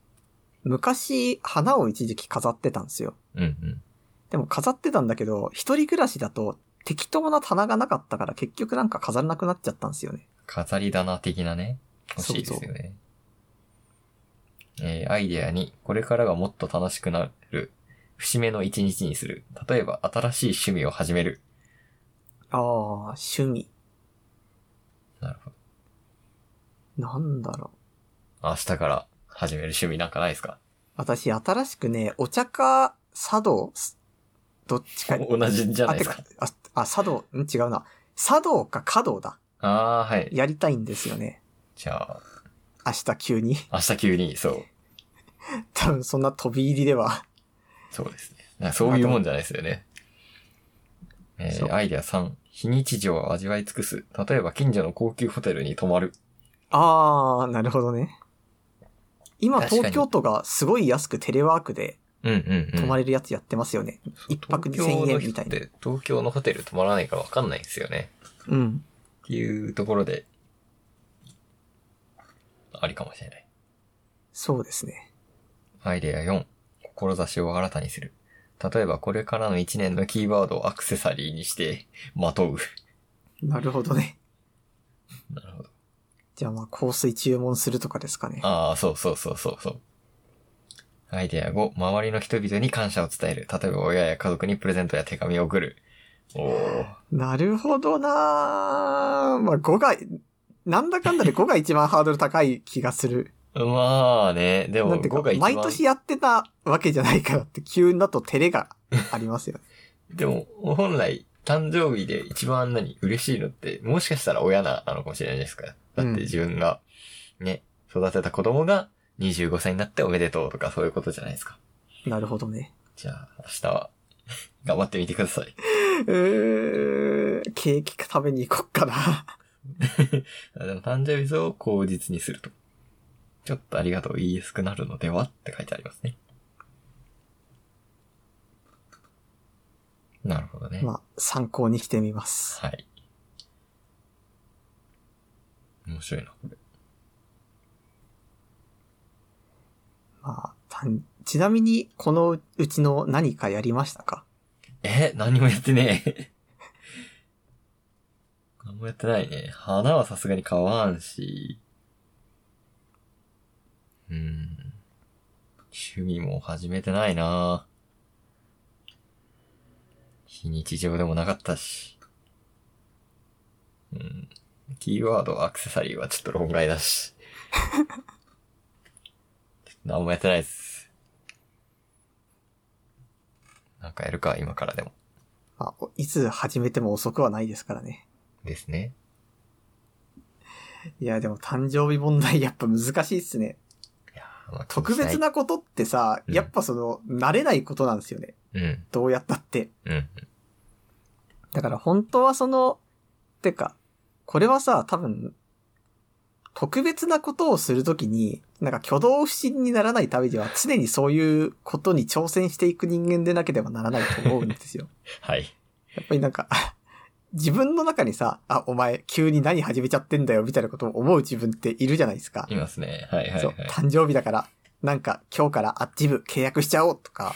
昔、花を一時期飾ってたんですよ。うんうん。でも飾ってたんだけど、一人暮らしだと適当な棚がなかったから結局なんか飾らなくなっちゃったんですよね。飾り棚的なね。欲しいですよね。えーアイデアに、これからがもっと楽しくなる。節目の一日にする。例えば、新しい趣味を始める。ああ、趣味。なるほど。なんだろう。明日から始める趣味なんかないですか私、新しくね、お茶か、茶道、すどっちかに。お 同じじゃないですか。あ、てかあ、あ茶道、ん違うな。茶道か華道だ。ああー、はい。やりたいんですよね。じゃあ、明日急に。 明日急に、そう。多分そんな飛び入りでは。そうですね。なんかそういうもんじゃないですよね。えそうー、アイデア3。非日常を味わい尽くす。例えば近所の高級ホテルに泊まる。 ああ、なるほどね。今、確かに東京都がすごい安くテレワークでうんうん、うん。泊まれれるやつやってますよね。一泊2000円みたいな。東京のホテル泊まらないからわかんないんですよね。うん。っていうところで、ありかもしれない。そうですね。アイデア4。志を新たにする。例えばこれからの1年のキーワードをアクセサリーにして、まとう。なるほどね。なるほど。じゃあまあ、香水注文するとかですかね。ああ、そうそうそうそうそう。アイデア5、周りの人々に感謝を伝える。例えば親や家族にプレゼントや手紙を送る。おーなるほどなーまあ、5が、なんだかんだで5が一番ハードル高い気がする。まあね、でなもんていう5かが、一番。毎年やってたわけじゃないからって、急だと照れがありますよね。でも、本来、誕生日で一番何、嬉しいのって、もしかしたら親なのかもしれないじゃないですか。だって自分が、ね、育てた子供が25歳になっておめでとうとかそういうことじゃないですか。なるほど ね。じゃあ、明日は、頑張ってみてください。えー、ケーキ食べに行こっかな。あでも誕生日を口実にすると。ちょっとありがとう言いやすくなるのではって書いてありますね。なるほどね。まあ、参考にしてみます。はい。面白いな、これ。まあ、たんちなみに、このうちの何かやりましたかえ、何もやってねえ。 何もやってないね。花はさすがに買わんし。うん。趣味も始めてないな非日常でもなかったし。うん。キーワード、アクセサリーはちょっと論外だし。 ちょっと何もやってないです。なんかやるか、今からでも。まあ、おいつ始めても遅くはないですからね。ですね。いや、でも誕生日問題や っぱ難しいっすね。いやーまあ特別。なことってさ、うんやっぱその、慣れないことなんですよね。気にしないどうやったって。うん。うん。だから本当はその、てか、これはさ、多分、特別なことをするときに、なんか挙動不審にならないためには常にそういうことに挑戦していく人間でなければならないと思うんですよ。はい。やっぱりなんか、 自分の中にさ、あ、お前急に何始めちゃってんだよみたいなことを思う自分っているじゃないですか。いますね。はいはいそうはい、。誕生日だから、なんか今日からアッチブ契約しちゃおうと か。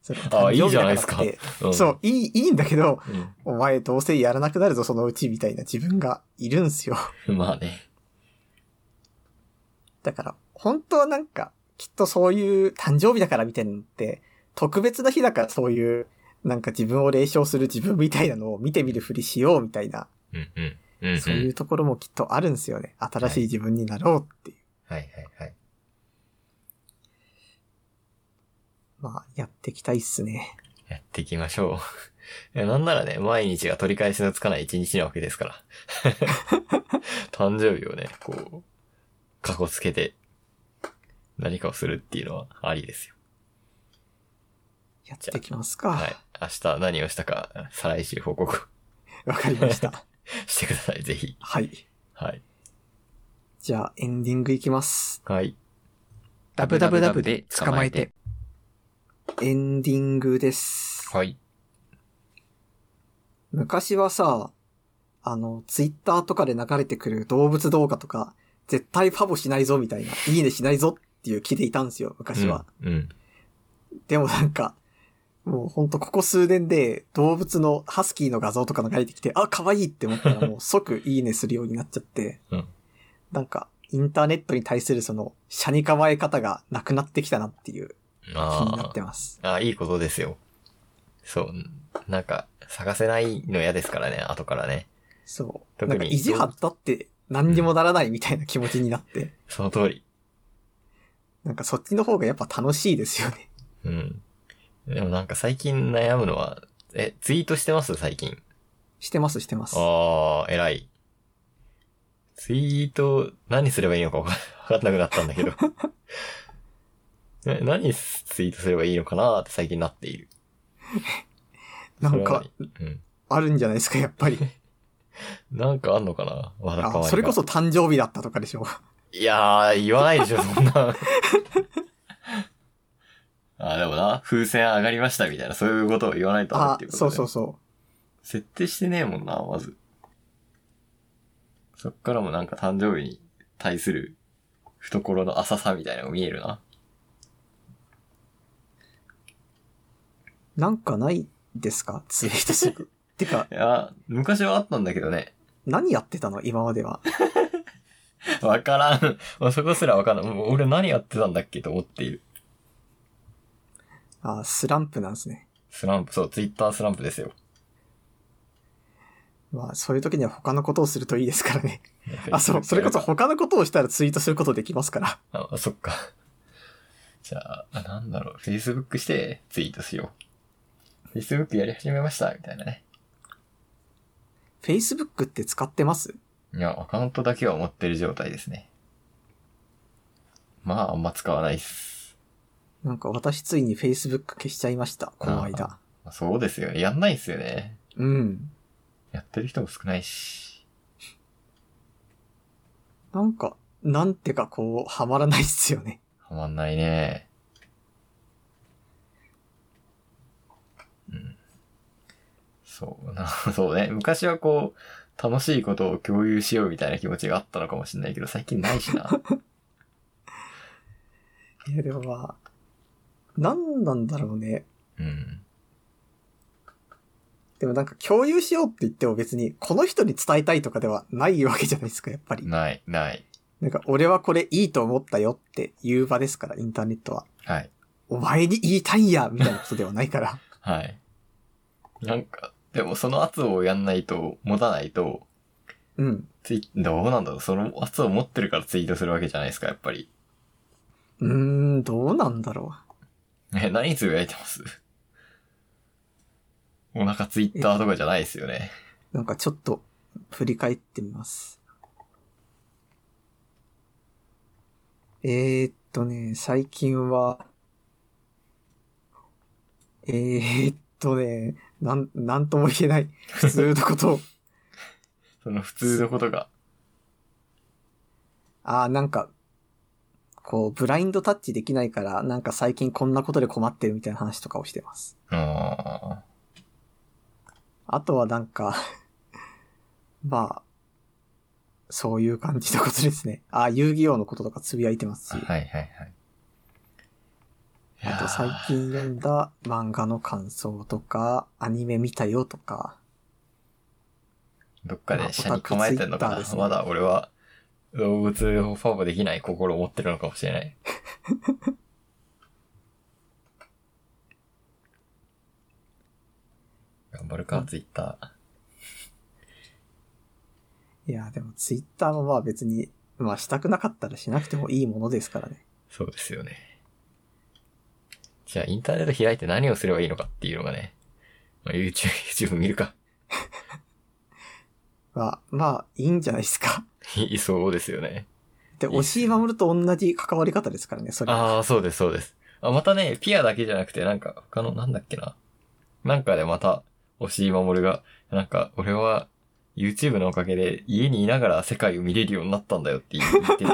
そうあいいじゃないですか誕生日だらってうんそう、いい、いいんだけど、うん。お前どうせやらなくなるぞそのうちみたいな自分がいるんすよ。まあね。だから、本当はなんか、きっとそういう誕生日だからみたいなのって、特別な日だからそういう、なんか自分を霊障する自分みたいなのを見てみるふりしようみたいな、うんうん。うん、うん。そういうところもきっとあるんですよね。新しい自分になろうっていう。はいはいはい。まあ、やっていきたいっすね。やっていきましょう。い やなんならね、毎日が取り返しのつかない一日なわけですから。 誕生日をね、こう、過去つけて、何かをするっていうのはありですよ。やっていきますか。はい。明日何をしたか、再来週報告わかりま した。してください、ぜひ。はい。はい。じゃあ、エンディングいきます。はい。ダブダブダブで捕まえて。エンディングです。はい。昔はさ、あの、ツイッターとかで流れてくる動物動画とか、絶対ファボしないぞみたいな、いいねしないぞっていう気でいたんですよ、昔は。うん。うん。でもなんか、もうほんとここ数年で動物のハスキーの画像とか流れてきて、あ、可愛いって思った らもう即いいねするようになっちゃって、うんなんか、インターネットに対するその、社に構え方がなくなってきたなっていう気になあってます。あ。ああ、いいことですよ。そう。なんか、探せないの嫌ですからね、後からね。そう。特になんか意地張ったって何にもならないみたいな気持ちになって、その通り。なんかそっちの方がやっぱ楽しいですよね。 うん。でもなんか最近悩むのは、え、ツイートしてます最近。してます、してます。ああ、偉い。ツイート、何すればいいのか分か分か んなくなったんだけど。な何ツイートすればいいのかなって最近なっている。なんかそれは何、あるんじゃないですか、やっ ぱり。うん。なんかあんのかなわだかあわりがそれこそ。誕生日だったとかで しょ。いやー、言わないで しょ、そんな。あー、でもな、風船上がりましたみたいな、そういうことを言わないとダメっあてい、うこそとうだよそうそ設定してねえもんな、まず。そっからもなんか誕生日に対する懐の浅さみたいなのが見えるな。う。なんかないですかツイートする。てか、いや、昔はあったんだけどね。何やってたの今までは。わからん。もうそこすらわからん。もう俺何やってたんだっけと思っている。あスランプなんですね。スランプ、そう、ツイッタースランプですよ。まあ、そういう時には他のことをするといいですからね。あ、そう、それこそ他のことをしたらツイートすることできますから。あ、そっか。 じゃあ、なんだろう、Facebook してツイートしよう。Facebook やり始めました、みたいなね。 Facebook って使ってますいや、アカウントだけは持ってる状態ですね。まあ、あんま使わないっす。なんか私ついに Facebook 消しちゃいました。この間。そうですよね。やんないっすよね。うん。やってる人も少ないし。なんか、なんてかこう、はまらないっすよね。はまんないね。うん。そうな、 そうね。昔はこう、楽しいことを共有しようみたいな気持ちがあったのかもしれないけど、最近ないしな。いや、でもまあ、なんなんだろうね。うん。でもなんか共有しようって言っても別に、この人に伝えたいとかではないわけじゃないですか、やっぱり。ない、ない。なんか、俺はこれいいと思ったよっていう場ですから、インターネットは。はい。お前に言いたいんやみたいなことではないから。 はい。なんか、でもその圧をやんないと、持たないと、うん。ツイどうなんだろうその圧を持ってるからツイートするわけじゃないですか、やっぱり。うーん、どうなんだろえ、何つぶやいてますお腹ツイッターとかじゃないですよね。う。なんかちょっと、振り返ってみます。えー、っとね、最近は、えー、っとね、なん、なんとも言えない、普通のことをその普通のことが。ああ、なんか、こう、ブラインドタッチできないから、なんか最近こんなことで困ってるみたいな話とかをしてます。ああとはなんか、 まあ、そういう感じのことですね。ああ、遊戯王のこととかつぶやいてますあ、し。はいはいはい。いやーあと最近読んだ漫画の感想とか、アニメ見たよとか、どっかまあで車に構えてんのかオタクツイッターでな、すねまだ俺は動物をファボできない心を持ってるのかもし れない。頑張るか、ツイッター。いや、でもツイッターもまあ別に、まあしたくなかったらしなくてもいいものですからね。そうですよね。じゃあ、インターネット開いて何をすればいいのかっていうのがね、まあ、YouTube、YouTube 見るか。 まあ、まあ、いいんじゃないですか。いそうですよね。で、いいっ押すし守ると同じ関わり方ですからね、それは。ああ、そうです、そうです。あ、またね、ピアだけじゃなくて、なんか、他の、なんだっけな。なんかでまた、押井守が、なんか、俺は、YouTube のおかげで、家にいながら世界を見れるようになったんだよって言ってて、い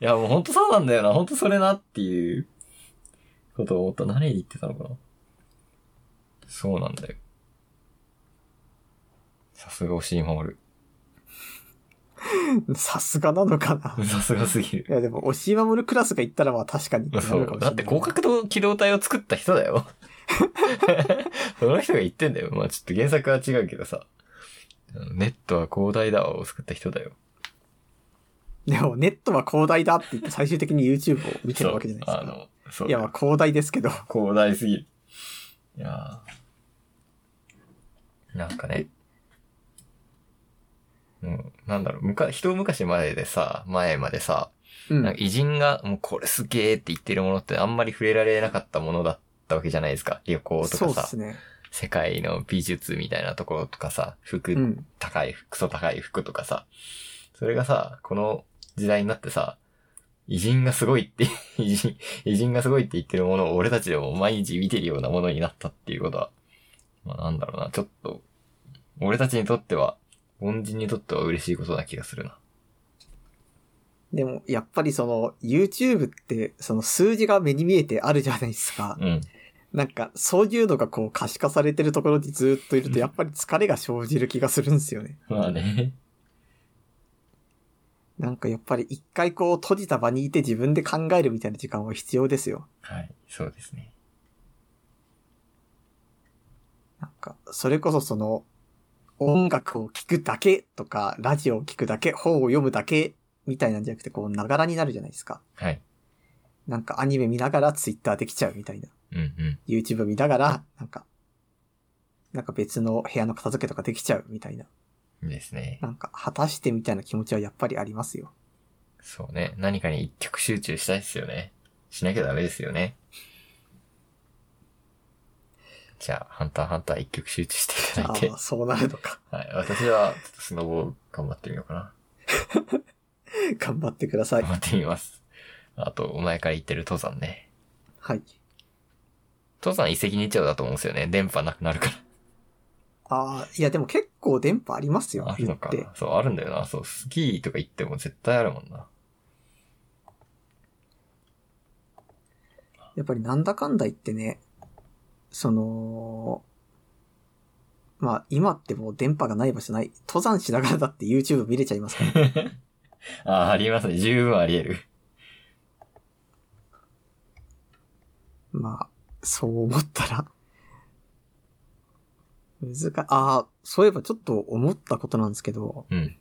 や、もうほんとそうなんだよな、ほんとそれなっていう、ことを思った。何言ってたのかなそうなんだよ。さすが押井守。さすがなのかな。さすがすぎる。いや、でも、押し守るクラスが行ったらまあ確かにってなそるかもう。しれなだい。って広角と機動隊を作った人だよ。 その人が言ってんだよ。まあちょっと原作は違うけどさ。ネットは広大だわを作った人だよ。でも、ネットは広大だって言って最終的に YouTube を見てるわけじゃないですそうあか。の、そういや、まあ広大ですけど。広大すぎる。いやーなんかね。うん、なんだろう、むか、一昔前でさ、前までさ、うん。なんか偉人が、もうこれすげーって言ってるものってあんまり触れられなかったものだったわけじゃないですか。旅行とかさ。そうですね。世界の美術みたいなところとかさ、服、うん。高い、クソ高い服とかさ、それがさ、この時代になってさ、偉人がすごいって、 偉人、偉人がすごいって言ってるものを俺たちでも毎日見てるようなものになったっていうことは、まあなんだろうな、ちょっと、俺たちにとっては、凡人にとっては嬉しいことな気がするな。でも、やっぱりその、YouTube って、その数字が目に見えてあるじゃないですか。うん。なんか、そういうのがこう可視化されてるところにずっといると、やっぱり疲れが生じる気がするんですよね。まあね。なんかやっぱり一回こう閉じた場にいて自分で考えるみたいな時間は必要ですよ。はい、そうですね。なんか、それこそその、音楽を聴くだけとか、ラジオを聴くだけ、本を読むだけみたいなんじゃなくて、こう、ながらになるじゃないですか。はい。なんかアニメ見ながら Twitter できちゃうみたいな。うんうん。 YouTube 見ながら、なんか、なんか別の部屋の片付けとかできちゃうみたいな。いいですね。なんか、果たしてみたいな気持ちはやっぱりありますよ。そうね。何かに一極集中したいですよね。しなきゃダメですよね。じゃあ、ハンターハンター一極集中していたあだあいてー、。そうなるのか。 はい。私は、ちょっとスノボを頑張ってみようかな。頑張ってください頑。張ってみます。あと、お前から言ってる登山ね。はい。登山一石二鳥だと思うんですよね。電波なくなるかああ、いやでも結構電波ありますよら。あ。る言のっかて。。そう、あるんだよな。そう、スキーとか行っても絶対あるもんな。やっぱりなんだかんだ言ってね、その、まあ今ってもう電波がない場所ない。登山しながらだって YouTube 見れちゃいますから。 あ、ありますね。十分あり得る。まあ、そう思ったら。難しい。ああ、そういえばちょっと思ったことなんですけど、うん。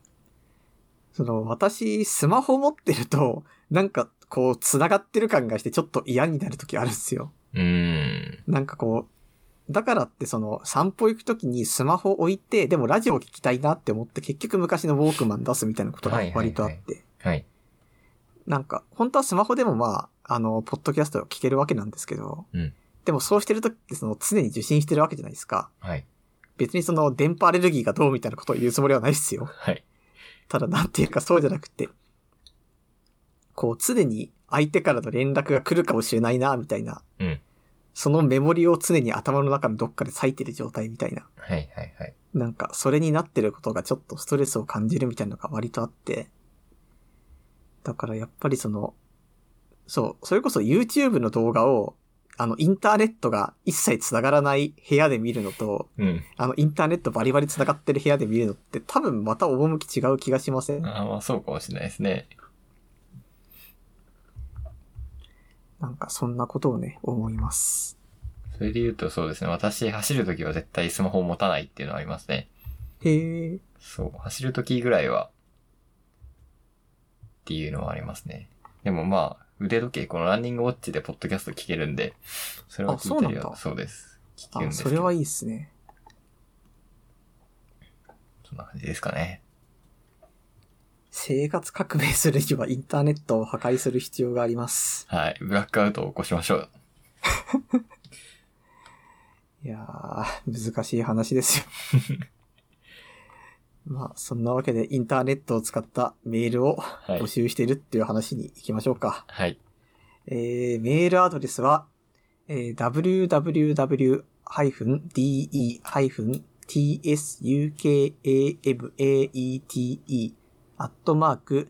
その私スマホ持ってると、なんかこう繋がってる感がしてちょっと嫌になる時あるんですよ。うーん。なんかこう、だからってその散歩行くときにスマホ置いて、でもラジオ聞きたいなって思って結局昔のウォークマン出すみたいなことがはいはいはい割とあって。はい。なんか、本当はスマホでもまあ、あの、ポッドキャストを聞けるわけなんですけど、うんでもそうしてるときってその常に受信してるわけじゃないですか。はい。別にその電波アレルギーがどうみたいなことを言うつもりはないですよ。はい。ただなんていうかそうじゃなくて、こう常に相手からの連絡が来るかもしれないな、みたいな。うんそのメモリを常に頭の中のどっかで割いてる状態みたいな。はい。はい。はい。なんか、それになってることがちょっとストレスを感じるみたいなのが割とあって、だからやっぱりその、そう、それこそ YouTube の動画を、あの、インターネットが一切繋がらない部屋で見るのと、うん。あの、インターネットバリバリ繋がってる部屋で見るのって多分また趣違う気がしませんあーまあそうかもしれないですね。なんかそんなことをね、思います。それで言うとそうですね。私走るときは絶対スマホを持たないっていうのはありますね。へえ。そう、走るときぐらいは、っていうのはありますね。でもまあ、腕時計、このランニングウォッチでポッドキャスト聞けるんで、それは聞いたりあそうなんは、だそうです。聞けるんあ、ですそけれど。はいいっすね。そんな感じですかね。生活革命するにはインターネットを破壊する必要があります。はい。ブラックアウトを起こしましょう。いやー、難しい話ですよ。 まあ、そんなわけでインターネットを使ったメールをはい募。集しているっていう話に行きましょうか。はい。えー、メールアドレスは、えー www-de-tsukamate アットマーク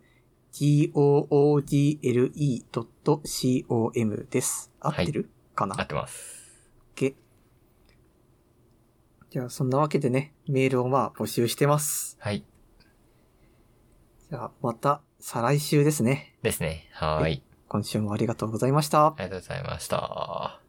google.com です。合ってる、かな合ってます。け。じゃあ、そんなわけでね、メールをまあ募集してます。はい。じゃあ、また、再来週ですね。ですね。はーい。今週もありがとうございました。ありがとうございました。